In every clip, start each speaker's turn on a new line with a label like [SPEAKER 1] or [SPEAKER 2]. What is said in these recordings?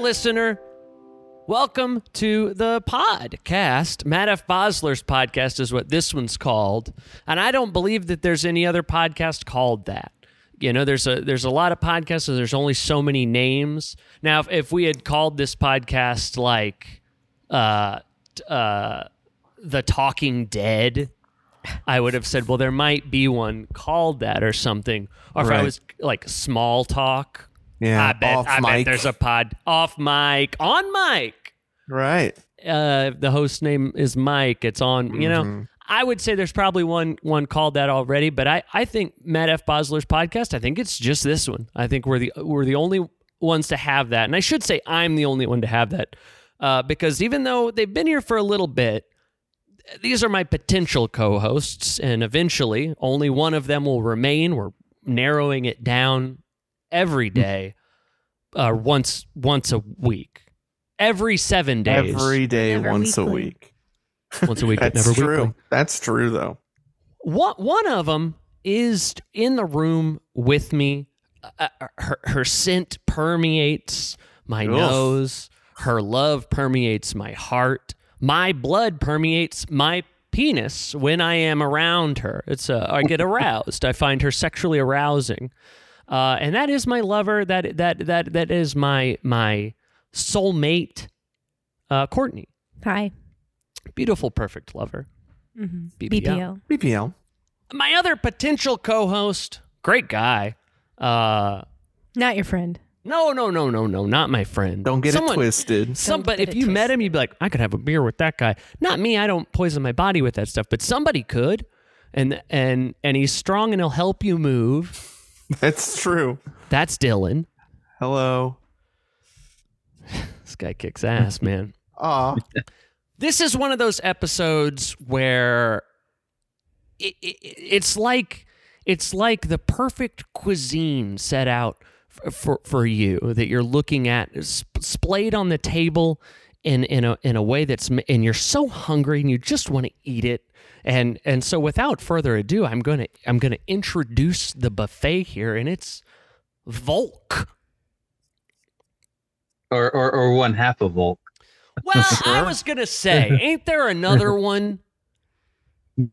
[SPEAKER 1] listener. Welcome to the podcast. Matt F. Bosler's podcast is what this one's called, and I don't believe that there's any other podcast called that. You know, there's a there's a lot of podcasts, and there's only so many names. Now, if, if we had called this podcast like uh, t- uh, the Talking Dead, I would have said, well, there might be one called that or something. Or if I
[SPEAKER 2] Right.
[SPEAKER 1] was like small talk,
[SPEAKER 2] Yeah,
[SPEAKER 1] I bet
[SPEAKER 2] off
[SPEAKER 1] I bet
[SPEAKER 2] mic.
[SPEAKER 1] there's a pod off mic on mic.
[SPEAKER 2] Right.
[SPEAKER 1] Uh, the host name is Mike. It's on. You know, I would say there's probably one one called that already, but I I think Matt F. Bosler's podcast. I think it's just this one. I think we're the we're the only ones to have that, and I should say I'm the only one to have that uh, because even though they've been here for a little bit. These are my potential co-hosts, and eventually, only one of them will remain. We're narrowing it down every day, uh, once once a week, every seven days,
[SPEAKER 2] Every day,
[SPEAKER 3] Never
[SPEAKER 2] once a
[SPEAKER 3] weekly.
[SPEAKER 2] week.
[SPEAKER 1] once a week. but
[SPEAKER 2] That's
[SPEAKER 1] never
[SPEAKER 2] true.
[SPEAKER 1] Weekly.
[SPEAKER 2] That's true, though.
[SPEAKER 1] One one of them is in the room with me. Uh, uh, her her scent permeates my
[SPEAKER 2] Oof.
[SPEAKER 1] nose. Her love permeates my heart. My blood permeates my penis when I am around her. It's uh, I get aroused. I find her sexually arousing, uh, and that is my lover. That that that that is my my soulmate, uh, Courtney.
[SPEAKER 3] Hi.
[SPEAKER 1] Beautiful, perfect lover.
[SPEAKER 3] hmm
[SPEAKER 1] BBL.
[SPEAKER 3] BBL.
[SPEAKER 2] BPL.
[SPEAKER 1] my other potential co-host, great guy. Uh,
[SPEAKER 3] Not your friend.
[SPEAKER 1] no, no, no, no, no, not my friend.
[SPEAKER 2] Don't get
[SPEAKER 1] Someone-
[SPEAKER 2] it twisted.
[SPEAKER 1] Some,
[SPEAKER 3] Don't
[SPEAKER 1] but
[SPEAKER 3] get
[SPEAKER 1] if
[SPEAKER 3] it
[SPEAKER 1] you met him, you'd be like, I could have a beer with that guy. Not me. I don't poison my body with that stuff. But somebody could, and and and he's strong and he'll help you move.
[SPEAKER 2] That's true.
[SPEAKER 1] That's Dylan.
[SPEAKER 2] Hello.
[SPEAKER 1] This guy kicks ass, man.
[SPEAKER 2] Aw.
[SPEAKER 1] this is one of those episodes where it, it, it's like it's like the perfect cuisine set out for, for for you that you're looking at sp- splayed on the table in in a in a way that's m- and you're so hungry and you just want to eat it and and so without further ado I'm going to I'm going to introduce the buffet here and it's Volk.
[SPEAKER 4] or, or or one half a volt.
[SPEAKER 1] Well, I was going to say, ain't there another one?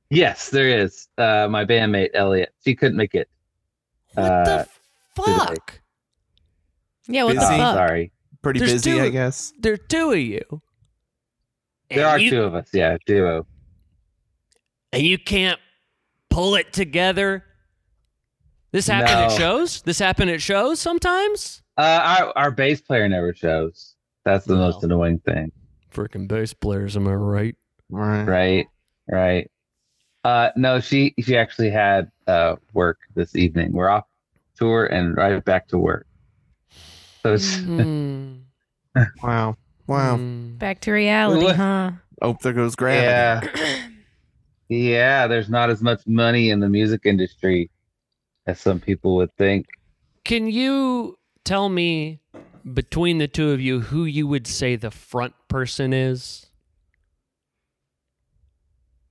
[SPEAKER 4] Yes, there is. Uh, my bandmate Elliot. She couldn't make it.
[SPEAKER 1] What the
[SPEAKER 4] today.
[SPEAKER 1] fuck?
[SPEAKER 3] Yeah, what
[SPEAKER 4] Uh,
[SPEAKER 3] the
[SPEAKER 2] Busy.
[SPEAKER 3] fuck?
[SPEAKER 4] sorry.
[SPEAKER 2] Pretty
[SPEAKER 1] There's
[SPEAKER 2] busy,
[SPEAKER 1] two-
[SPEAKER 2] I guess.
[SPEAKER 1] there are two of you.
[SPEAKER 4] There
[SPEAKER 1] and
[SPEAKER 4] are
[SPEAKER 1] you,
[SPEAKER 4] two of us. Yeah, duo.
[SPEAKER 1] And you can't pull it together. This happened
[SPEAKER 4] No.
[SPEAKER 1] at shows. This happened at shows sometimes.
[SPEAKER 4] Uh, our our bass player never shows. That's the
[SPEAKER 1] No.
[SPEAKER 4] most annoying thing.
[SPEAKER 1] Freaking bass players, am I right?
[SPEAKER 2] Right.
[SPEAKER 4] Right. Right. Uh, no, she she actually had uh work this evening. We're off tour and right back to work. So it's
[SPEAKER 1] Hmm.
[SPEAKER 2] Wow. Wow.
[SPEAKER 1] Mm.
[SPEAKER 3] Back to reality,
[SPEAKER 4] What?
[SPEAKER 3] huh?
[SPEAKER 2] Oh, there goes gravity.
[SPEAKER 4] yeah. Yeah, there's not as much money in the music industry as some people would think.
[SPEAKER 1] Can you tell me between the two of you who you would say the front person is?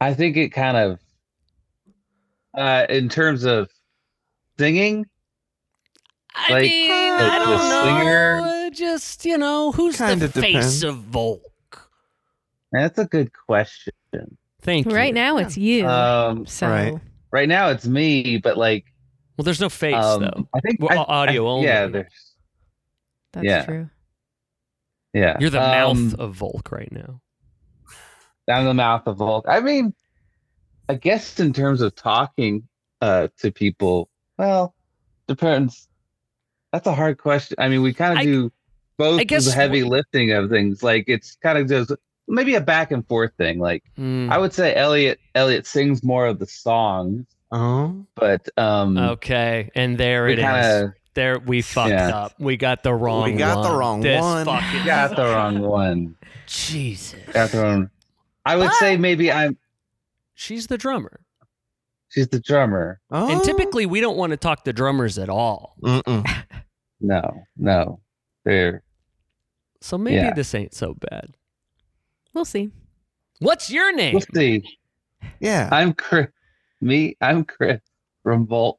[SPEAKER 4] I think it kind of, uh, in terms of singing,
[SPEAKER 1] I
[SPEAKER 4] Like-
[SPEAKER 1] mean,
[SPEAKER 4] like
[SPEAKER 1] I
[SPEAKER 4] the
[SPEAKER 1] don't know.
[SPEAKER 4] singer?
[SPEAKER 1] Just you know, who's
[SPEAKER 2] Kinda
[SPEAKER 1] the face
[SPEAKER 2] depends.
[SPEAKER 1] of Volk?
[SPEAKER 4] that's a good question.
[SPEAKER 1] Thank you.
[SPEAKER 3] Right now, it's you.
[SPEAKER 4] Um,
[SPEAKER 3] so
[SPEAKER 2] Right.
[SPEAKER 4] right now it's me, but like,
[SPEAKER 1] Well, there's no face though.
[SPEAKER 4] um, I think
[SPEAKER 1] Well,
[SPEAKER 4] I-
[SPEAKER 1] audio
[SPEAKER 4] I-
[SPEAKER 1] only.
[SPEAKER 4] Yeah, there's
[SPEAKER 3] that's
[SPEAKER 4] Yeah.
[SPEAKER 3] true.
[SPEAKER 4] yeah.
[SPEAKER 1] You're the
[SPEAKER 4] Um,
[SPEAKER 1] mouth of Volk right now.
[SPEAKER 4] I'm the mouth of Volk. I mean, I guess in terms of talking uh, to people, well, depends. That's a hard question. I mean, we kind
[SPEAKER 1] I-
[SPEAKER 4] of do both
[SPEAKER 1] I guess
[SPEAKER 4] the heavy lifting of things. Like it's kind of just maybe a back and forth thing. Like
[SPEAKER 1] Hmm.
[SPEAKER 4] I would say Elliot Elliot sings more of the songs,
[SPEAKER 2] Oh.
[SPEAKER 4] but um,
[SPEAKER 1] okay, and Oh, there
[SPEAKER 4] we
[SPEAKER 1] it is.
[SPEAKER 4] kind of
[SPEAKER 1] There we fucked
[SPEAKER 4] Yeah.
[SPEAKER 1] up. We got the wrong.
[SPEAKER 2] We got the
[SPEAKER 1] one.
[SPEAKER 2] wrong
[SPEAKER 1] This
[SPEAKER 2] one.
[SPEAKER 1] fucking-
[SPEAKER 4] got the wrong one.
[SPEAKER 1] Jesus.
[SPEAKER 4] Got the wrong. I would say maybe I'm.
[SPEAKER 1] She's the drummer,
[SPEAKER 4] She's the drummer.
[SPEAKER 2] Oh.
[SPEAKER 1] and typically we don't want to talk to drummers at all.
[SPEAKER 2] Mm-mm.
[SPEAKER 4] No, no, they're
[SPEAKER 1] So maybe
[SPEAKER 4] Yeah.
[SPEAKER 1] this ain't so bad.
[SPEAKER 3] We'll see.
[SPEAKER 1] What's your name?
[SPEAKER 4] We'll see.
[SPEAKER 2] Yeah.
[SPEAKER 4] I'm Chris. Me, I'm Chris from Volt.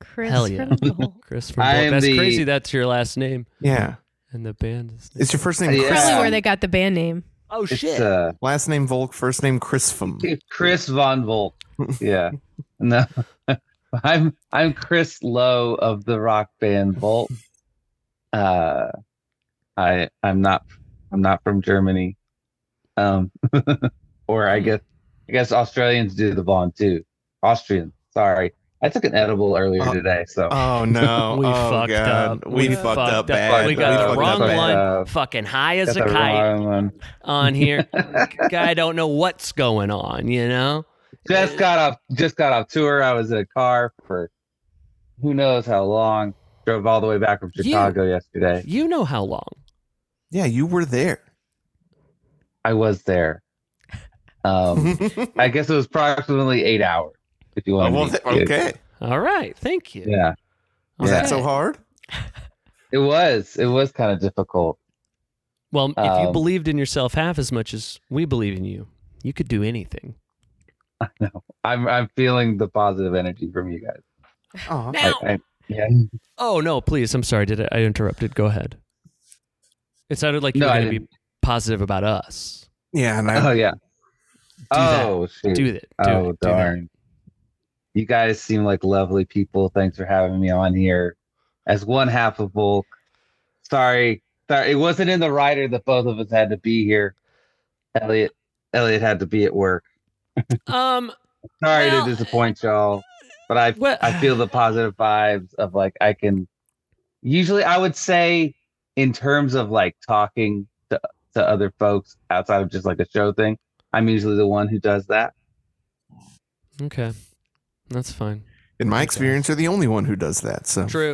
[SPEAKER 3] Chris
[SPEAKER 1] Hell yeah.
[SPEAKER 3] from the whole-
[SPEAKER 1] Chris from
[SPEAKER 4] I
[SPEAKER 1] Volk.
[SPEAKER 4] am
[SPEAKER 1] That's
[SPEAKER 4] the-
[SPEAKER 1] crazy. That's your last name.
[SPEAKER 2] Yeah.
[SPEAKER 1] and the band is
[SPEAKER 2] It's your first name
[SPEAKER 4] Yeah.
[SPEAKER 2] Chris.
[SPEAKER 3] Probably where they got the band name.
[SPEAKER 1] oh
[SPEAKER 4] It's
[SPEAKER 1] shit
[SPEAKER 4] uh,
[SPEAKER 2] Last name Volk, first name Chrisfum.
[SPEAKER 4] Chris Von Volk. Yeah. No. I'm I'm Chris Lowe of the rock band Volt. Uh I I'm not I'm not from Germany. Um or I guess I guess Australians do the Von too. Austrian, sorry. I took an edible earlier
[SPEAKER 2] Uh,
[SPEAKER 4] today, so
[SPEAKER 2] Oh no!
[SPEAKER 1] we
[SPEAKER 2] oh,
[SPEAKER 1] fucked
[SPEAKER 2] God.
[SPEAKER 1] up.
[SPEAKER 2] We, fucked, up bad.
[SPEAKER 1] We got
[SPEAKER 2] fucked
[SPEAKER 1] the
[SPEAKER 2] up
[SPEAKER 1] wrong
[SPEAKER 2] bad.
[SPEAKER 1] one,
[SPEAKER 4] Uh,
[SPEAKER 1] fucking high as
[SPEAKER 4] got
[SPEAKER 1] a
[SPEAKER 4] the
[SPEAKER 1] kite
[SPEAKER 4] wrong one.
[SPEAKER 1] on here. Guy don't know what's going on, you know?
[SPEAKER 4] just got off just got off tour i was in a car for who knows how long drove all the way back from
[SPEAKER 1] You-
[SPEAKER 4] chicago yesterday
[SPEAKER 1] You know how long.
[SPEAKER 2] Yeah, you were there.
[SPEAKER 4] i was there um i guess it was approximately eight hours if you
[SPEAKER 2] Oh,
[SPEAKER 4] want
[SPEAKER 2] well,
[SPEAKER 4] to
[SPEAKER 2] th- okay.
[SPEAKER 1] All right. Thank you.
[SPEAKER 4] yeah
[SPEAKER 2] Was
[SPEAKER 4] Yeah.
[SPEAKER 2] that so hard?
[SPEAKER 4] it was it was kind of difficult
[SPEAKER 1] Well, if you
[SPEAKER 4] Um,
[SPEAKER 1] believed in yourself half as much as we believe in you, you could do anything.
[SPEAKER 4] i'm i'm feeling the positive energy from you guys
[SPEAKER 2] Oh,
[SPEAKER 4] I-
[SPEAKER 1] Now,
[SPEAKER 4] I- yeah
[SPEAKER 1] oh no, please. I'm sorry. Did I, I interrupted? Go ahead. It sounded like you
[SPEAKER 4] No,
[SPEAKER 1] were
[SPEAKER 4] I
[SPEAKER 1] going to be positive about us.
[SPEAKER 2] yeah. And
[SPEAKER 1] Uh-huh.
[SPEAKER 2] I,
[SPEAKER 4] oh yeah
[SPEAKER 1] that.
[SPEAKER 4] oh shoot.
[SPEAKER 1] Do that. Do
[SPEAKER 4] oh
[SPEAKER 1] it. Do that.
[SPEAKER 4] darn you guys seem like lovely people thanks for having me on here as one half of bulk sorry sorry it wasn't in the rider that both of us had to be here elliot elliot had to be at work
[SPEAKER 1] Um.
[SPEAKER 4] sorry
[SPEAKER 1] Well-
[SPEAKER 4] to disappoint y'all but i
[SPEAKER 1] Well,
[SPEAKER 4] i feel the positive vibes of like i can usually i would say in terms of like talking to, to other folks outside of just like a show thing i'm usually the one who does that
[SPEAKER 1] Okay. That's fine.
[SPEAKER 2] in my experience, you're the only one who does that. So
[SPEAKER 4] Um,
[SPEAKER 1] True.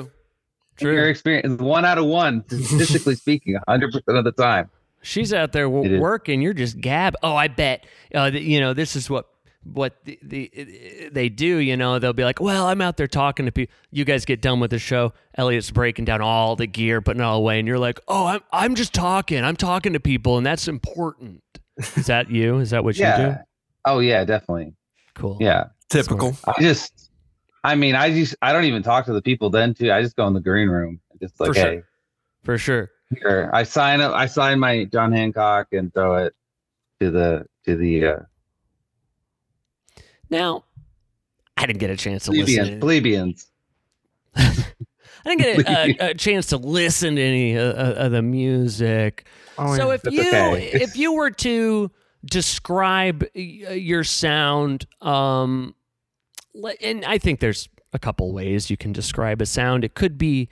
[SPEAKER 4] in your
[SPEAKER 1] True.
[SPEAKER 4] experience, one out of one, statistically speaking, 100% of the time.
[SPEAKER 1] She's out there
[SPEAKER 4] It
[SPEAKER 1] w-
[SPEAKER 4] is.
[SPEAKER 1] working. You're just gab. Oh, I bet. Uh, th- you know, this is what what the, the they do. You know, they'll be like, "Well, I'm out there talking to people." You guys get done with the show. Elliot's breaking down all the gear, putting it all away, and you're like, "Oh, I'm I'm just talking. I'm talking to people, and that's important." Is that you? Is that what you do?
[SPEAKER 4] Yeah. Oh, yeah, definitely.
[SPEAKER 1] Cool.
[SPEAKER 4] Yeah.
[SPEAKER 2] typical.
[SPEAKER 4] I just, I mean, I just, I don't even talk to the people then, too. I just go in the green room. Just like,
[SPEAKER 1] For sure.
[SPEAKER 4] hey,
[SPEAKER 1] for sure.
[SPEAKER 4] here. I sign up, I sign my John Hancock and throw it to the, to the, uh,
[SPEAKER 1] Now, I didn't get a chance to listen.
[SPEAKER 4] plebeians.
[SPEAKER 1] to-
[SPEAKER 4] plebeians.
[SPEAKER 1] I didn't get a, a, a chance to listen to any uh, uh, of the music.
[SPEAKER 2] Oh,
[SPEAKER 1] so
[SPEAKER 2] yeah.
[SPEAKER 1] if
[SPEAKER 4] That's
[SPEAKER 1] you
[SPEAKER 4] okay.
[SPEAKER 1] if you were to describe y- uh, your sound, um, le- and I think there's a couple ways you can describe a sound. It could be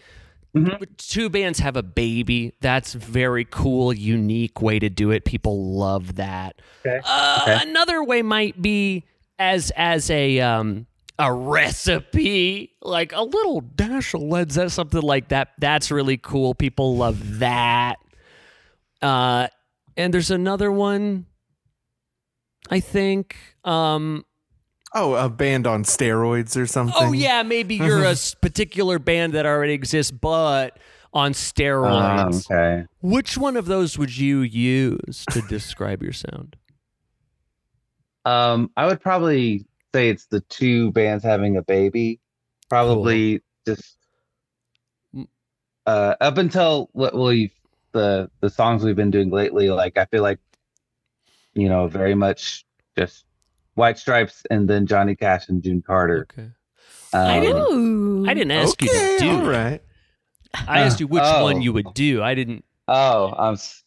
[SPEAKER 4] Mhm.
[SPEAKER 1] two bands have a baby. That's very cool, unique way to do it. People love that.
[SPEAKER 4] Okay.
[SPEAKER 1] Uh,
[SPEAKER 4] Okay.
[SPEAKER 1] Another way might be as as a um a recipe, like a little dash of Led Zeppelin, something like that. That's really cool. People love that. Uh, and there's another one. I think. Um,
[SPEAKER 2] oh, a band on steroids or something.
[SPEAKER 1] oh yeah, maybe you're a s- particular band that already exists, but
[SPEAKER 2] Uh,
[SPEAKER 1] on
[SPEAKER 4] Um,
[SPEAKER 1] steroids.
[SPEAKER 4] okay.
[SPEAKER 1] Which one of those would you use to describe your sound?
[SPEAKER 4] Um, I would probably say it's the two bands having a baby. Probably just
[SPEAKER 1] M-
[SPEAKER 4] uh up until what we the the songs we've been doing lately, like I feel like you know, very much just White Stripes and then Johnny Cash and June Carter.
[SPEAKER 1] Okay.
[SPEAKER 4] Um,
[SPEAKER 1] I didn't-
[SPEAKER 3] Ooh.
[SPEAKER 1] I didn't ask you to
[SPEAKER 2] Okay,
[SPEAKER 1] do.
[SPEAKER 2] all
[SPEAKER 1] it.
[SPEAKER 2] right.
[SPEAKER 1] I asked you which
[SPEAKER 4] Oh.
[SPEAKER 1] one you would do. I didn't.
[SPEAKER 4] Oh, I'm s-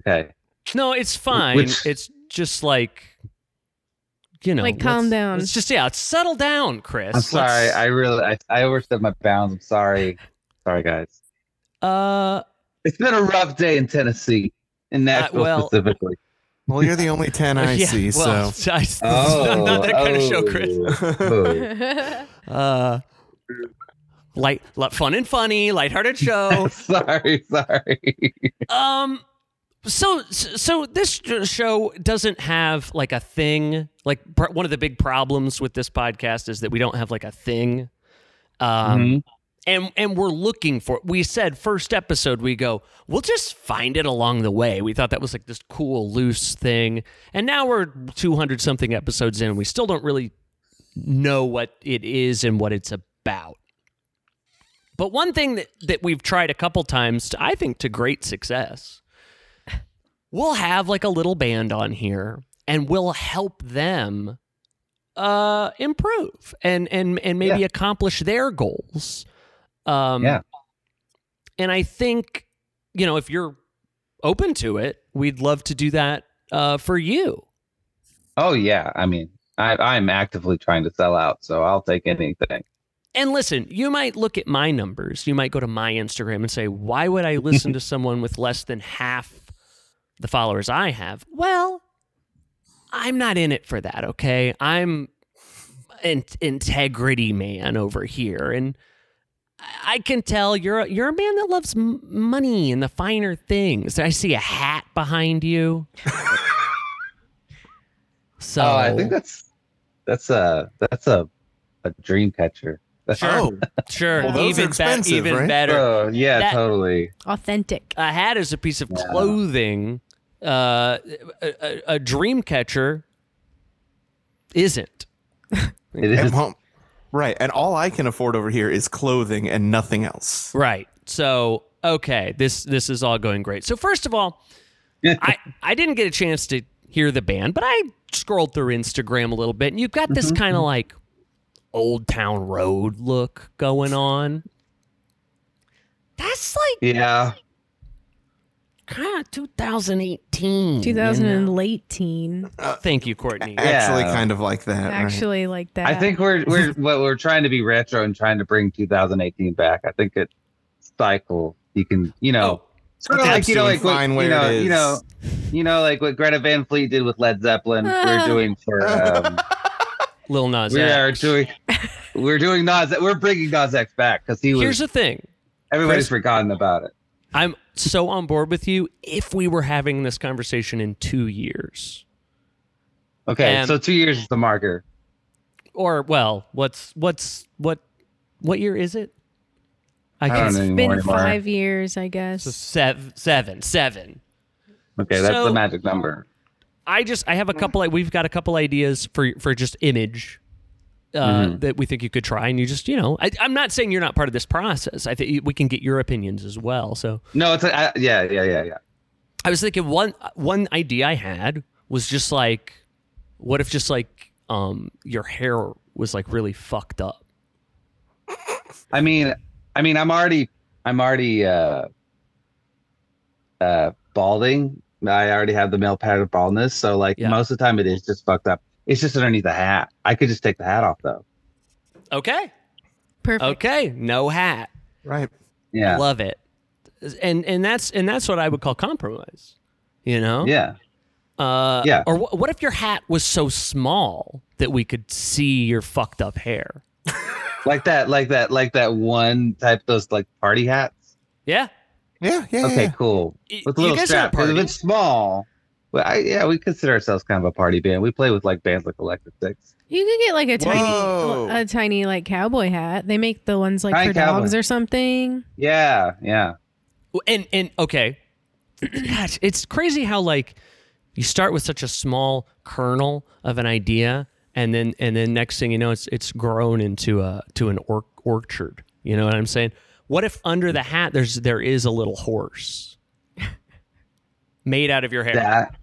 [SPEAKER 4] okay.
[SPEAKER 1] No, it's fine.
[SPEAKER 4] Which-
[SPEAKER 1] It's just like, you know,
[SPEAKER 3] Like, calm
[SPEAKER 1] let's-
[SPEAKER 3] down.
[SPEAKER 1] It's just yeah, settle down, Chris.
[SPEAKER 4] I'm sorry. I
[SPEAKER 1] Let's-
[SPEAKER 4] really I, I overstepped my bounds. I'm sorry. Sorry guys.
[SPEAKER 1] uh,
[SPEAKER 4] It's been a rough day in Tennessee. In Nashville
[SPEAKER 1] well-
[SPEAKER 4] specifically.
[SPEAKER 2] Well, you're the only ten I
[SPEAKER 1] yeah,
[SPEAKER 2] see.
[SPEAKER 1] Well,
[SPEAKER 2] So
[SPEAKER 1] I, am not that kind of show, Chris.
[SPEAKER 4] oh.
[SPEAKER 1] Uh, light, light, fun and funny, lighthearted show.
[SPEAKER 4] oh. sorry, sorry.
[SPEAKER 1] um, so so this show doesn't have like a thing. Like pr- one of the big problems with this podcast is that we don't have like a thing. Um.
[SPEAKER 4] Mhm.
[SPEAKER 1] and and we're looking for it. We said first episode we go, we'll just find it along the way. We thought that was like this cool loose thing. And now we're 200 something episodes in and we still don't really know what it is and what it's about. But one thing that, that we've tried a couple times, to, I think to great success, we'll have like a little band on here and we'll help them uh, improve and and and maybe
[SPEAKER 4] Yeah.
[SPEAKER 1] accomplish their goals. Um,
[SPEAKER 4] Yeah.
[SPEAKER 1] And I think you know if you're open to it, we'd love to do that uh, for you.
[SPEAKER 4] Oh yeah, I mean, I, I'm actively trying to sell out, so I'll take anything.
[SPEAKER 1] And listen, you might look at my numbers. You might go to my Instagram and say, why would I listen to someone with less than half the followers I have? Well, I'm not in it for that, okay? I'm an integrity man over here. And I can tell you're a, you're a man that loves m- money and the finer things. I see a hat behind you.
[SPEAKER 2] Oh,
[SPEAKER 1] so
[SPEAKER 4] oh, I think that's that's a that's a a dream catcher. That's
[SPEAKER 2] Oh,
[SPEAKER 1] sure,
[SPEAKER 2] Well, those are
[SPEAKER 1] even,
[SPEAKER 2] expensive,
[SPEAKER 1] even
[SPEAKER 2] right?
[SPEAKER 1] better.
[SPEAKER 4] Oh, yeah,
[SPEAKER 1] That-
[SPEAKER 4] totally.
[SPEAKER 3] Authentic.
[SPEAKER 1] a hat is a piece of
[SPEAKER 4] Yeah.
[SPEAKER 1] clothing. Uh, a, a, a dream catcher isn't.
[SPEAKER 4] It
[SPEAKER 2] and
[SPEAKER 4] is.
[SPEAKER 2] home. Right. And all I can afford over here is clothing and nothing else.
[SPEAKER 1] Right. So okay, this this is all going great. So first of all, I I didn't get a chance to hear the band, but I scrolled through Instagram a little bit, and you've got this
[SPEAKER 4] Mhm.
[SPEAKER 1] kind of like old town road look going on. That's like
[SPEAKER 4] Yeah,
[SPEAKER 1] kind of 2018. you know?
[SPEAKER 3] 2000 and late teen.
[SPEAKER 1] Thank you, Courtney.
[SPEAKER 2] Actually,
[SPEAKER 4] Yeah.
[SPEAKER 2] kind of like that. right?
[SPEAKER 3] Actually, like that.
[SPEAKER 4] I think we're we're what we're trying to be retro and trying to bring 2018 back. I think it cycle you can you know Oh, sort of
[SPEAKER 2] it's
[SPEAKER 4] like you know
[SPEAKER 2] absolutely
[SPEAKER 4] like what,
[SPEAKER 2] fine
[SPEAKER 4] you
[SPEAKER 2] where
[SPEAKER 4] know
[SPEAKER 2] it
[SPEAKER 4] you know you know like what Greta Van Fleet did with Led Zeppelin. we're doing for um,
[SPEAKER 1] Lil Nas
[SPEAKER 4] we
[SPEAKER 1] X.
[SPEAKER 4] are doing we're doing Nas we're bringing Nas X back because he
[SPEAKER 1] Here's the
[SPEAKER 4] was
[SPEAKER 1] thing.
[SPEAKER 4] everybody's
[SPEAKER 1] Chris-
[SPEAKER 4] forgotten about it.
[SPEAKER 1] I'm so on board with you if we were having this conversation in two years.
[SPEAKER 4] Okay,
[SPEAKER 1] And-
[SPEAKER 4] so two years is the marker.
[SPEAKER 1] Or well, what's what's what what year is it? I
[SPEAKER 4] I don't
[SPEAKER 1] guess
[SPEAKER 4] know
[SPEAKER 3] it's
[SPEAKER 4] anymore.
[SPEAKER 3] been
[SPEAKER 4] anymore.
[SPEAKER 3] five years, I
[SPEAKER 1] so
[SPEAKER 3] guess.
[SPEAKER 1] seven seven seven.
[SPEAKER 4] Okay, that's
[SPEAKER 1] So-
[SPEAKER 4] the magic number.
[SPEAKER 1] I just I have a couple we've got a couple ideas for for just image uh,
[SPEAKER 4] Mhm.
[SPEAKER 1] that we think you could try and you just you know I, I'm not saying you're not part of this process I think we can get your opinions as well so
[SPEAKER 4] No, it's a, I, yeah, yeah, yeah, yeah.
[SPEAKER 1] I was thinking one one idea I had was just like, what if just like um your hair was like really fucked up?
[SPEAKER 4] I mean, I mean, I'm already, I'm already uh, uh, balding. I already have the male pattern baldness, so like
[SPEAKER 1] Yeah.
[SPEAKER 4] most of the time, it is just fucked up. It's just underneath the hat. I could just take the hat off though.
[SPEAKER 1] Okay,
[SPEAKER 3] Perfect.
[SPEAKER 1] okay, no hat,
[SPEAKER 2] Right.
[SPEAKER 4] Yeah,
[SPEAKER 1] love it, and and that's and that's what I would call compromise, you know?
[SPEAKER 4] yeah.
[SPEAKER 1] Uh,
[SPEAKER 4] Yeah.
[SPEAKER 1] Or wh- what if your hat was so small that we could see your fucked up hair?
[SPEAKER 4] Like that, like that, like that one type those like party hats.
[SPEAKER 1] Yeah.
[SPEAKER 2] Yeah. Yeah.
[SPEAKER 4] Okay,
[SPEAKER 2] yeah.
[SPEAKER 4] cool.
[SPEAKER 1] Y-
[SPEAKER 4] With a
[SPEAKER 1] you
[SPEAKER 4] little
[SPEAKER 1] guys are
[SPEAKER 4] strap.
[SPEAKER 1] a
[SPEAKER 4] Because if
[SPEAKER 1] party.
[SPEAKER 4] it's small, well, I, yeah, we consider ourselves kind of a party band. We play with like bands like Electric Six.
[SPEAKER 3] You could get like a
[SPEAKER 2] Whoa.
[SPEAKER 3] tiny, a tiny like cowboy hat. They make the ones like
[SPEAKER 4] Tiny
[SPEAKER 3] for
[SPEAKER 4] cowboy.
[SPEAKER 3] dogs or something.
[SPEAKER 4] Yeah, yeah.
[SPEAKER 1] and and okay gosh it's crazy how like you start with such a small kernel of an idea and then and then next thing you know it's it's grown into a to an or- orchard you know what i'm saying what if under the hat there's there is a little horse made out of your hair
[SPEAKER 4] That.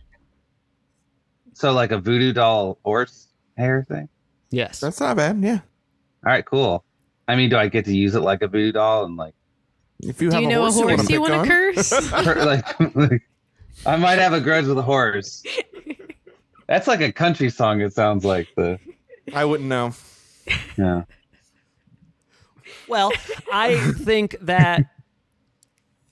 [SPEAKER 4] So like a voodoo doll horse hair thing.
[SPEAKER 1] yes
[SPEAKER 2] That's not bad. Yeah.
[SPEAKER 4] All right, cool. I mean, do I get to use it like a voodoo doll and like,
[SPEAKER 2] If you
[SPEAKER 3] Do
[SPEAKER 2] have
[SPEAKER 3] you
[SPEAKER 2] a
[SPEAKER 3] know
[SPEAKER 2] horse, you want to
[SPEAKER 3] you want to curse?
[SPEAKER 4] per- like, like, I might have a grudge with a horse. That's like a country song. It sounds like the
[SPEAKER 2] I wouldn't know.
[SPEAKER 4] yeah.
[SPEAKER 1] Well, I think that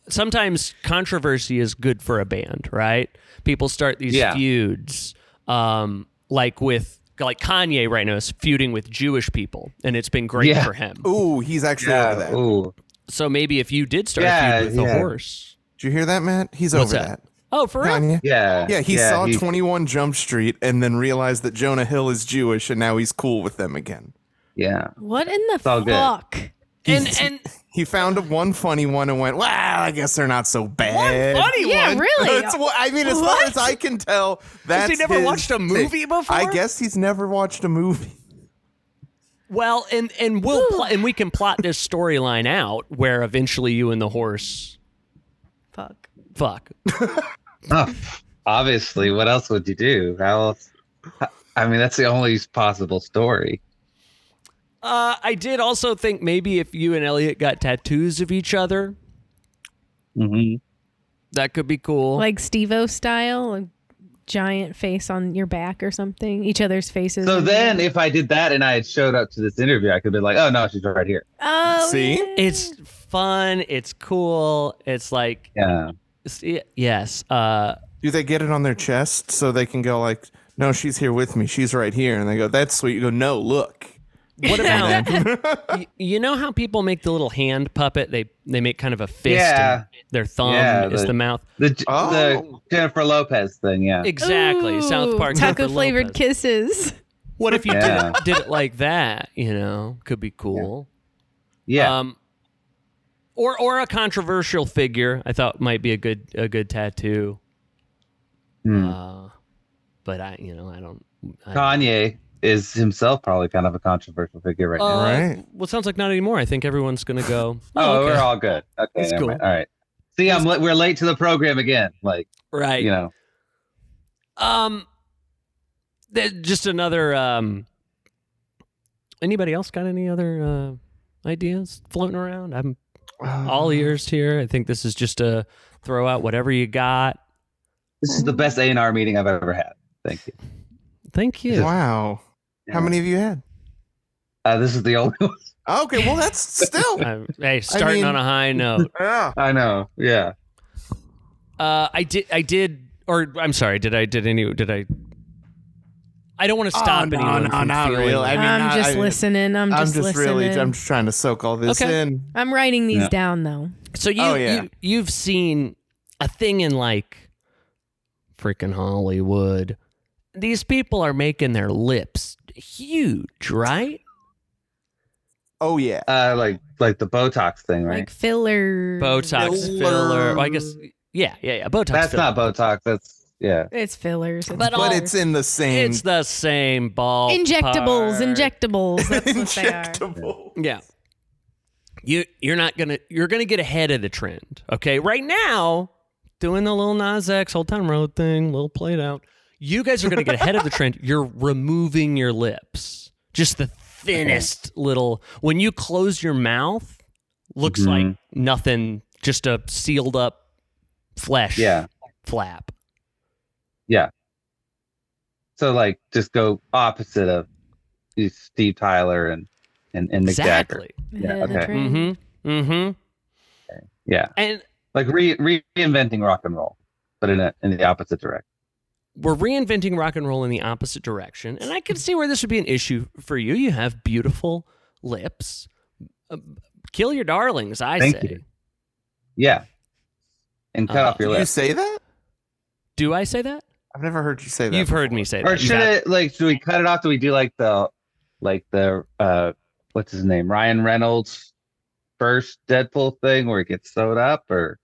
[SPEAKER 1] sometimes controversy is good for a band, right? People start these
[SPEAKER 4] Yeah.
[SPEAKER 1] feuds, um, like with like Kanye right now is feuding with Jewish people, and it's been great
[SPEAKER 4] Yeah.
[SPEAKER 1] for him.
[SPEAKER 2] Ooh, he's actually over
[SPEAKER 4] yeah.
[SPEAKER 2] that.
[SPEAKER 4] Ooh.
[SPEAKER 1] So maybe if you did start a
[SPEAKER 4] Yeah,
[SPEAKER 1] feud with a
[SPEAKER 4] yeah.
[SPEAKER 1] horse,
[SPEAKER 2] Did you hear that, Matt? He's
[SPEAKER 1] What's
[SPEAKER 2] over
[SPEAKER 1] that?
[SPEAKER 2] that.
[SPEAKER 1] oh, for real?
[SPEAKER 2] Kanye.
[SPEAKER 4] Yeah.
[SPEAKER 2] Yeah, he saw
[SPEAKER 4] he-
[SPEAKER 2] 21 Jump Street and then realized that Jonah Hill is Jewish and now he's cool with them again.
[SPEAKER 4] Yeah.
[SPEAKER 3] what in the
[SPEAKER 4] all good.
[SPEAKER 3] fuck?
[SPEAKER 1] And and
[SPEAKER 2] He found a one funny one and went, "Wow, I guess they're not so bad."
[SPEAKER 1] funny
[SPEAKER 3] Yeah,
[SPEAKER 1] one.
[SPEAKER 3] really. Oh,
[SPEAKER 2] It's what- I mean, as far
[SPEAKER 3] What?
[SPEAKER 2] as I can tell,
[SPEAKER 1] Has
[SPEAKER 2] that's
[SPEAKER 1] he never
[SPEAKER 2] his
[SPEAKER 1] watched a
[SPEAKER 2] take.
[SPEAKER 1] movie before?
[SPEAKER 2] I guess he's never watched a movie.
[SPEAKER 1] Well, and and we'll pl- and we can plot this storyline out where eventually you and the horse
[SPEAKER 3] Fuck.
[SPEAKER 1] fuck.
[SPEAKER 4] Oh, obviously, what else would you do? How else? I mean, that's the only possible story.
[SPEAKER 1] Uh, I did also think maybe if you and Elliot got tattoos of each other,
[SPEAKER 4] Mm-hmm.
[SPEAKER 1] that could be cool.
[SPEAKER 3] Like Steve O style, a giant face on your back or something. Each other's faces.
[SPEAKER 4] So
[SPEAKER 3] on your
[SPEAKER 4] then,
[SPEAKER 3] back.
[SPEAKER 4] if I did that and I had showed up to this interview, I could be like, "Oh no, she's right here."
[SPEAKER 3] Oh,
[SPEAKER 2] See?
[SPEAKER 3] yeah.
[SPEAKER 1] it's fun. It's cool. It's like
[SPEAKER 4] Yeah.
[SPEAKER 1] it's- y- yes. Uh,
[SPEAKER 2] Do they get it on their chest so they can go like, "No, she's here with me. She's right here." And they go, "That's sweet." You go, "No, look."
[SPEAKER 1] what about y- you know how people make the little hand puppet? They they make kind of a fist.
[SPEAKER 4] Yeah.
[SPEAKER 1] And their thumb
[SPEAKER 4] Yeah,
[SPEAKER 1] is
[SPEAKER 4] the-
[SPEAKER 1] the mouth.
[SPEAKER 4] The,
[SPEAKER 2] Oh.
[SPEAKER 4] the Jennifer Lopez thing. Yeah.
[SPEAKER 1] Exactly. South
[SPEAKER 3] Ooh,
[SPEAKER 1] Park
[SPEAKER 3] Taco
[SPEAKER 1] Jennifer
[SPEAKER 3] flavored
[SPEAKER 1] Lopez.
[SPEAKER 3] kisses.
[SPEAKER 1] What if you did-
[SPEAKER 4] Yeah.
[SPEAKER 1] did, it like that? You know, could be cool.
[SPEAKER 4] Yeah.
[SPEAKER 1] Um, or or a controversial figure, I thought might be a good a good tattoo.
[SPEAKER 4] Hmm.
[SPEAKER 1] Uh, but I, you know, I don't. I,
[SPEAKER 4] Kanye is himself probably kind of a controversial figure right now.
[SPEAKER 1] Uh,
[SPEAKER 2] Right.
[SPEAKER 1] Well, it sounds like not anymore. I think everyone's gonna go.
[SPEAKER 4] Oh,
[SPEAKER 1] okay.
[SPEAKER 4] we're all good. Okay,
[SPEAKER 1] It's
[SPEAKER 4] never
[SPEAKER 1] cool.
[SPEAKER 4] mind. all right. See, I'm li- we're late to the program again. Like
[SPEAKER 1] right.
[SPEAKER 4] you know,
[SPEAKER 1] Um, th- just another. Um, anybody else got any other uh, ideas floating around? I'm
[SPEAKER 2] Uh,
[SPEAKER 1] all ears here. I think this is just a throw out whatever you got.
[SPEAKER 4] this is the best A and R meeting I've ever had. Thank you.
[SPEAKER 1] Thank you.
[SPEAKER 2] Wow. How many have you had?
[SPEAKER 4] Uh, this is the only one.
[SPEAKER 2] Okay, well that's still.
[SPEAKER 1] Uh, hey, starting on
[SPEAKER 2] mean-
[SPEAKER 1] a high note.
[SPEAKER 2] Yeah.
[SPEAKER 4] I know. Yeah.
[SPEAKER 1] Uh, I did. I did. Or I'm sorry. Did I? Did any? Did I? I don't want to stop
[SPEAKER 2] Oh, no,
[SPEAKER 1] anyone
[SPEAKER 2] no,
[SPEAKER 1] from
[SPEAKER 2] not
[SPEAKER 1] feeling
[SPEAKER 2] really.
[SPEAKER 1] like-
[SPEAKER 2] I mean,
[SPEAKER 3] I'm
[SPEAKER 2] not-
[SPEAKER 3] just
[SPEAKER 2] I mean,
[SPEAKER 3] listening. I'm
[SPEAKER 2] I'm
[SPEAKER 3] just,
[SPEAKER 2] just
[SPEAKER 3] listening.
[SPEAKER 2] really. I'm just trying to soak all this
[SPEAKER 1] Okay.
[SPEAKER 2] in.
[SPEAKER 3] I'm writing these
[SPEAKER 4] Yeah.
[SPEAKER 3] down though.
[SPEAKER 1] So you,
[SPEAKER 2] Oh, yeah.
[SPEAKER 1] you you've seen a thing in like freaking Hollywood. These people are making their lips huge, right?
[SPEAKER 2] Oh yeah.
[SPEAKER 4] Uh, like like the Botox thing, right?
[SPEAKER 3] Like filler.
[SPEAKER 1] Botox filler.
[SPEAKER 2] Filler.
[SPEAKER 1] Well, I guess yeah, yeah, yeah. Botox.
[SPEAKER 4] That's
[SPEAKER 1] filler.
[SPEAKER 4] not Botox. That's yeah.
[SPEAKER 3] It's fillers. It's
[SPEAKER 1] But all-
[SPEAKER 2] But it's in the same
[SPEAKER 1] It's the same ball.
[SPEAKER 3] injectables.
[SPEAKER 1] part.
[SPEAKER 3] Injectables. That's what they are.
[SPEAKER 2] injectable.
[SPEAKER 1] Yeah. You you're not gonna you're gonna get ahead of the trend. Okay. Right now, doing the little Nas X whole time road thing, little played out. You guys are gonna get ahead of the trend. You're removing your lips. Just the thinnest little when you close your mouth, looks
[SPEAKER 4] Mhm.
[SPEAKER 1] like nothing, just a sealed up flesh
[SPEAKER 4] Yeah.
[SPEAKER 1] flap.
[SPEAKER 4] So like just go opposite of Steve Tyler and and, and Mick Jagger.
[SPEAKER 1] exactly.
[SPEAKER 4] Yeah,
[SPEAKER 3] Ahead of the
[SPEAKER 4] okay.
[SPEAKER 3] trend.
[SPEAKER 1] Mm-hmm. Mm-hmm.
[SPEAKER 4] Yeah.
[SPEAKER 1] And
[SPEAKER 4] Like re- reinventing rock and roll, but in a, in the opposite direction.
[SPEAKER 1] we're reinventing rock and roll in the opposite direction. And I can see where this would be an issue for you. You have beautiful lips. Uh, kill your darlings, I
[SPEAKER 4] Thank
[SPEAKER 1] say.
[SPEAKER 4] you. Yeah. And cut
[SPEAKER 1] Uh,
[SPEAKER 4] off your
[SPEAKER 2] Do you
[SPEAKER 4] lips.
[SPEAKER 2] say that?
[SPEAKER 1] Do I say that?
[SPEAKER 2] I've never heard you say that.
[SPEAKER 1] You've heard me say that.
[SPEAKER 4] or
[SPEAKER 1] You
[SPEAKER 4] should
[SPEAKER 1] have-
[SPEAKER 4] it like should we cut it off? Do we do like the like the uh what's his name? Ryan Reynolds first Deadpool thing where it gets sewed up or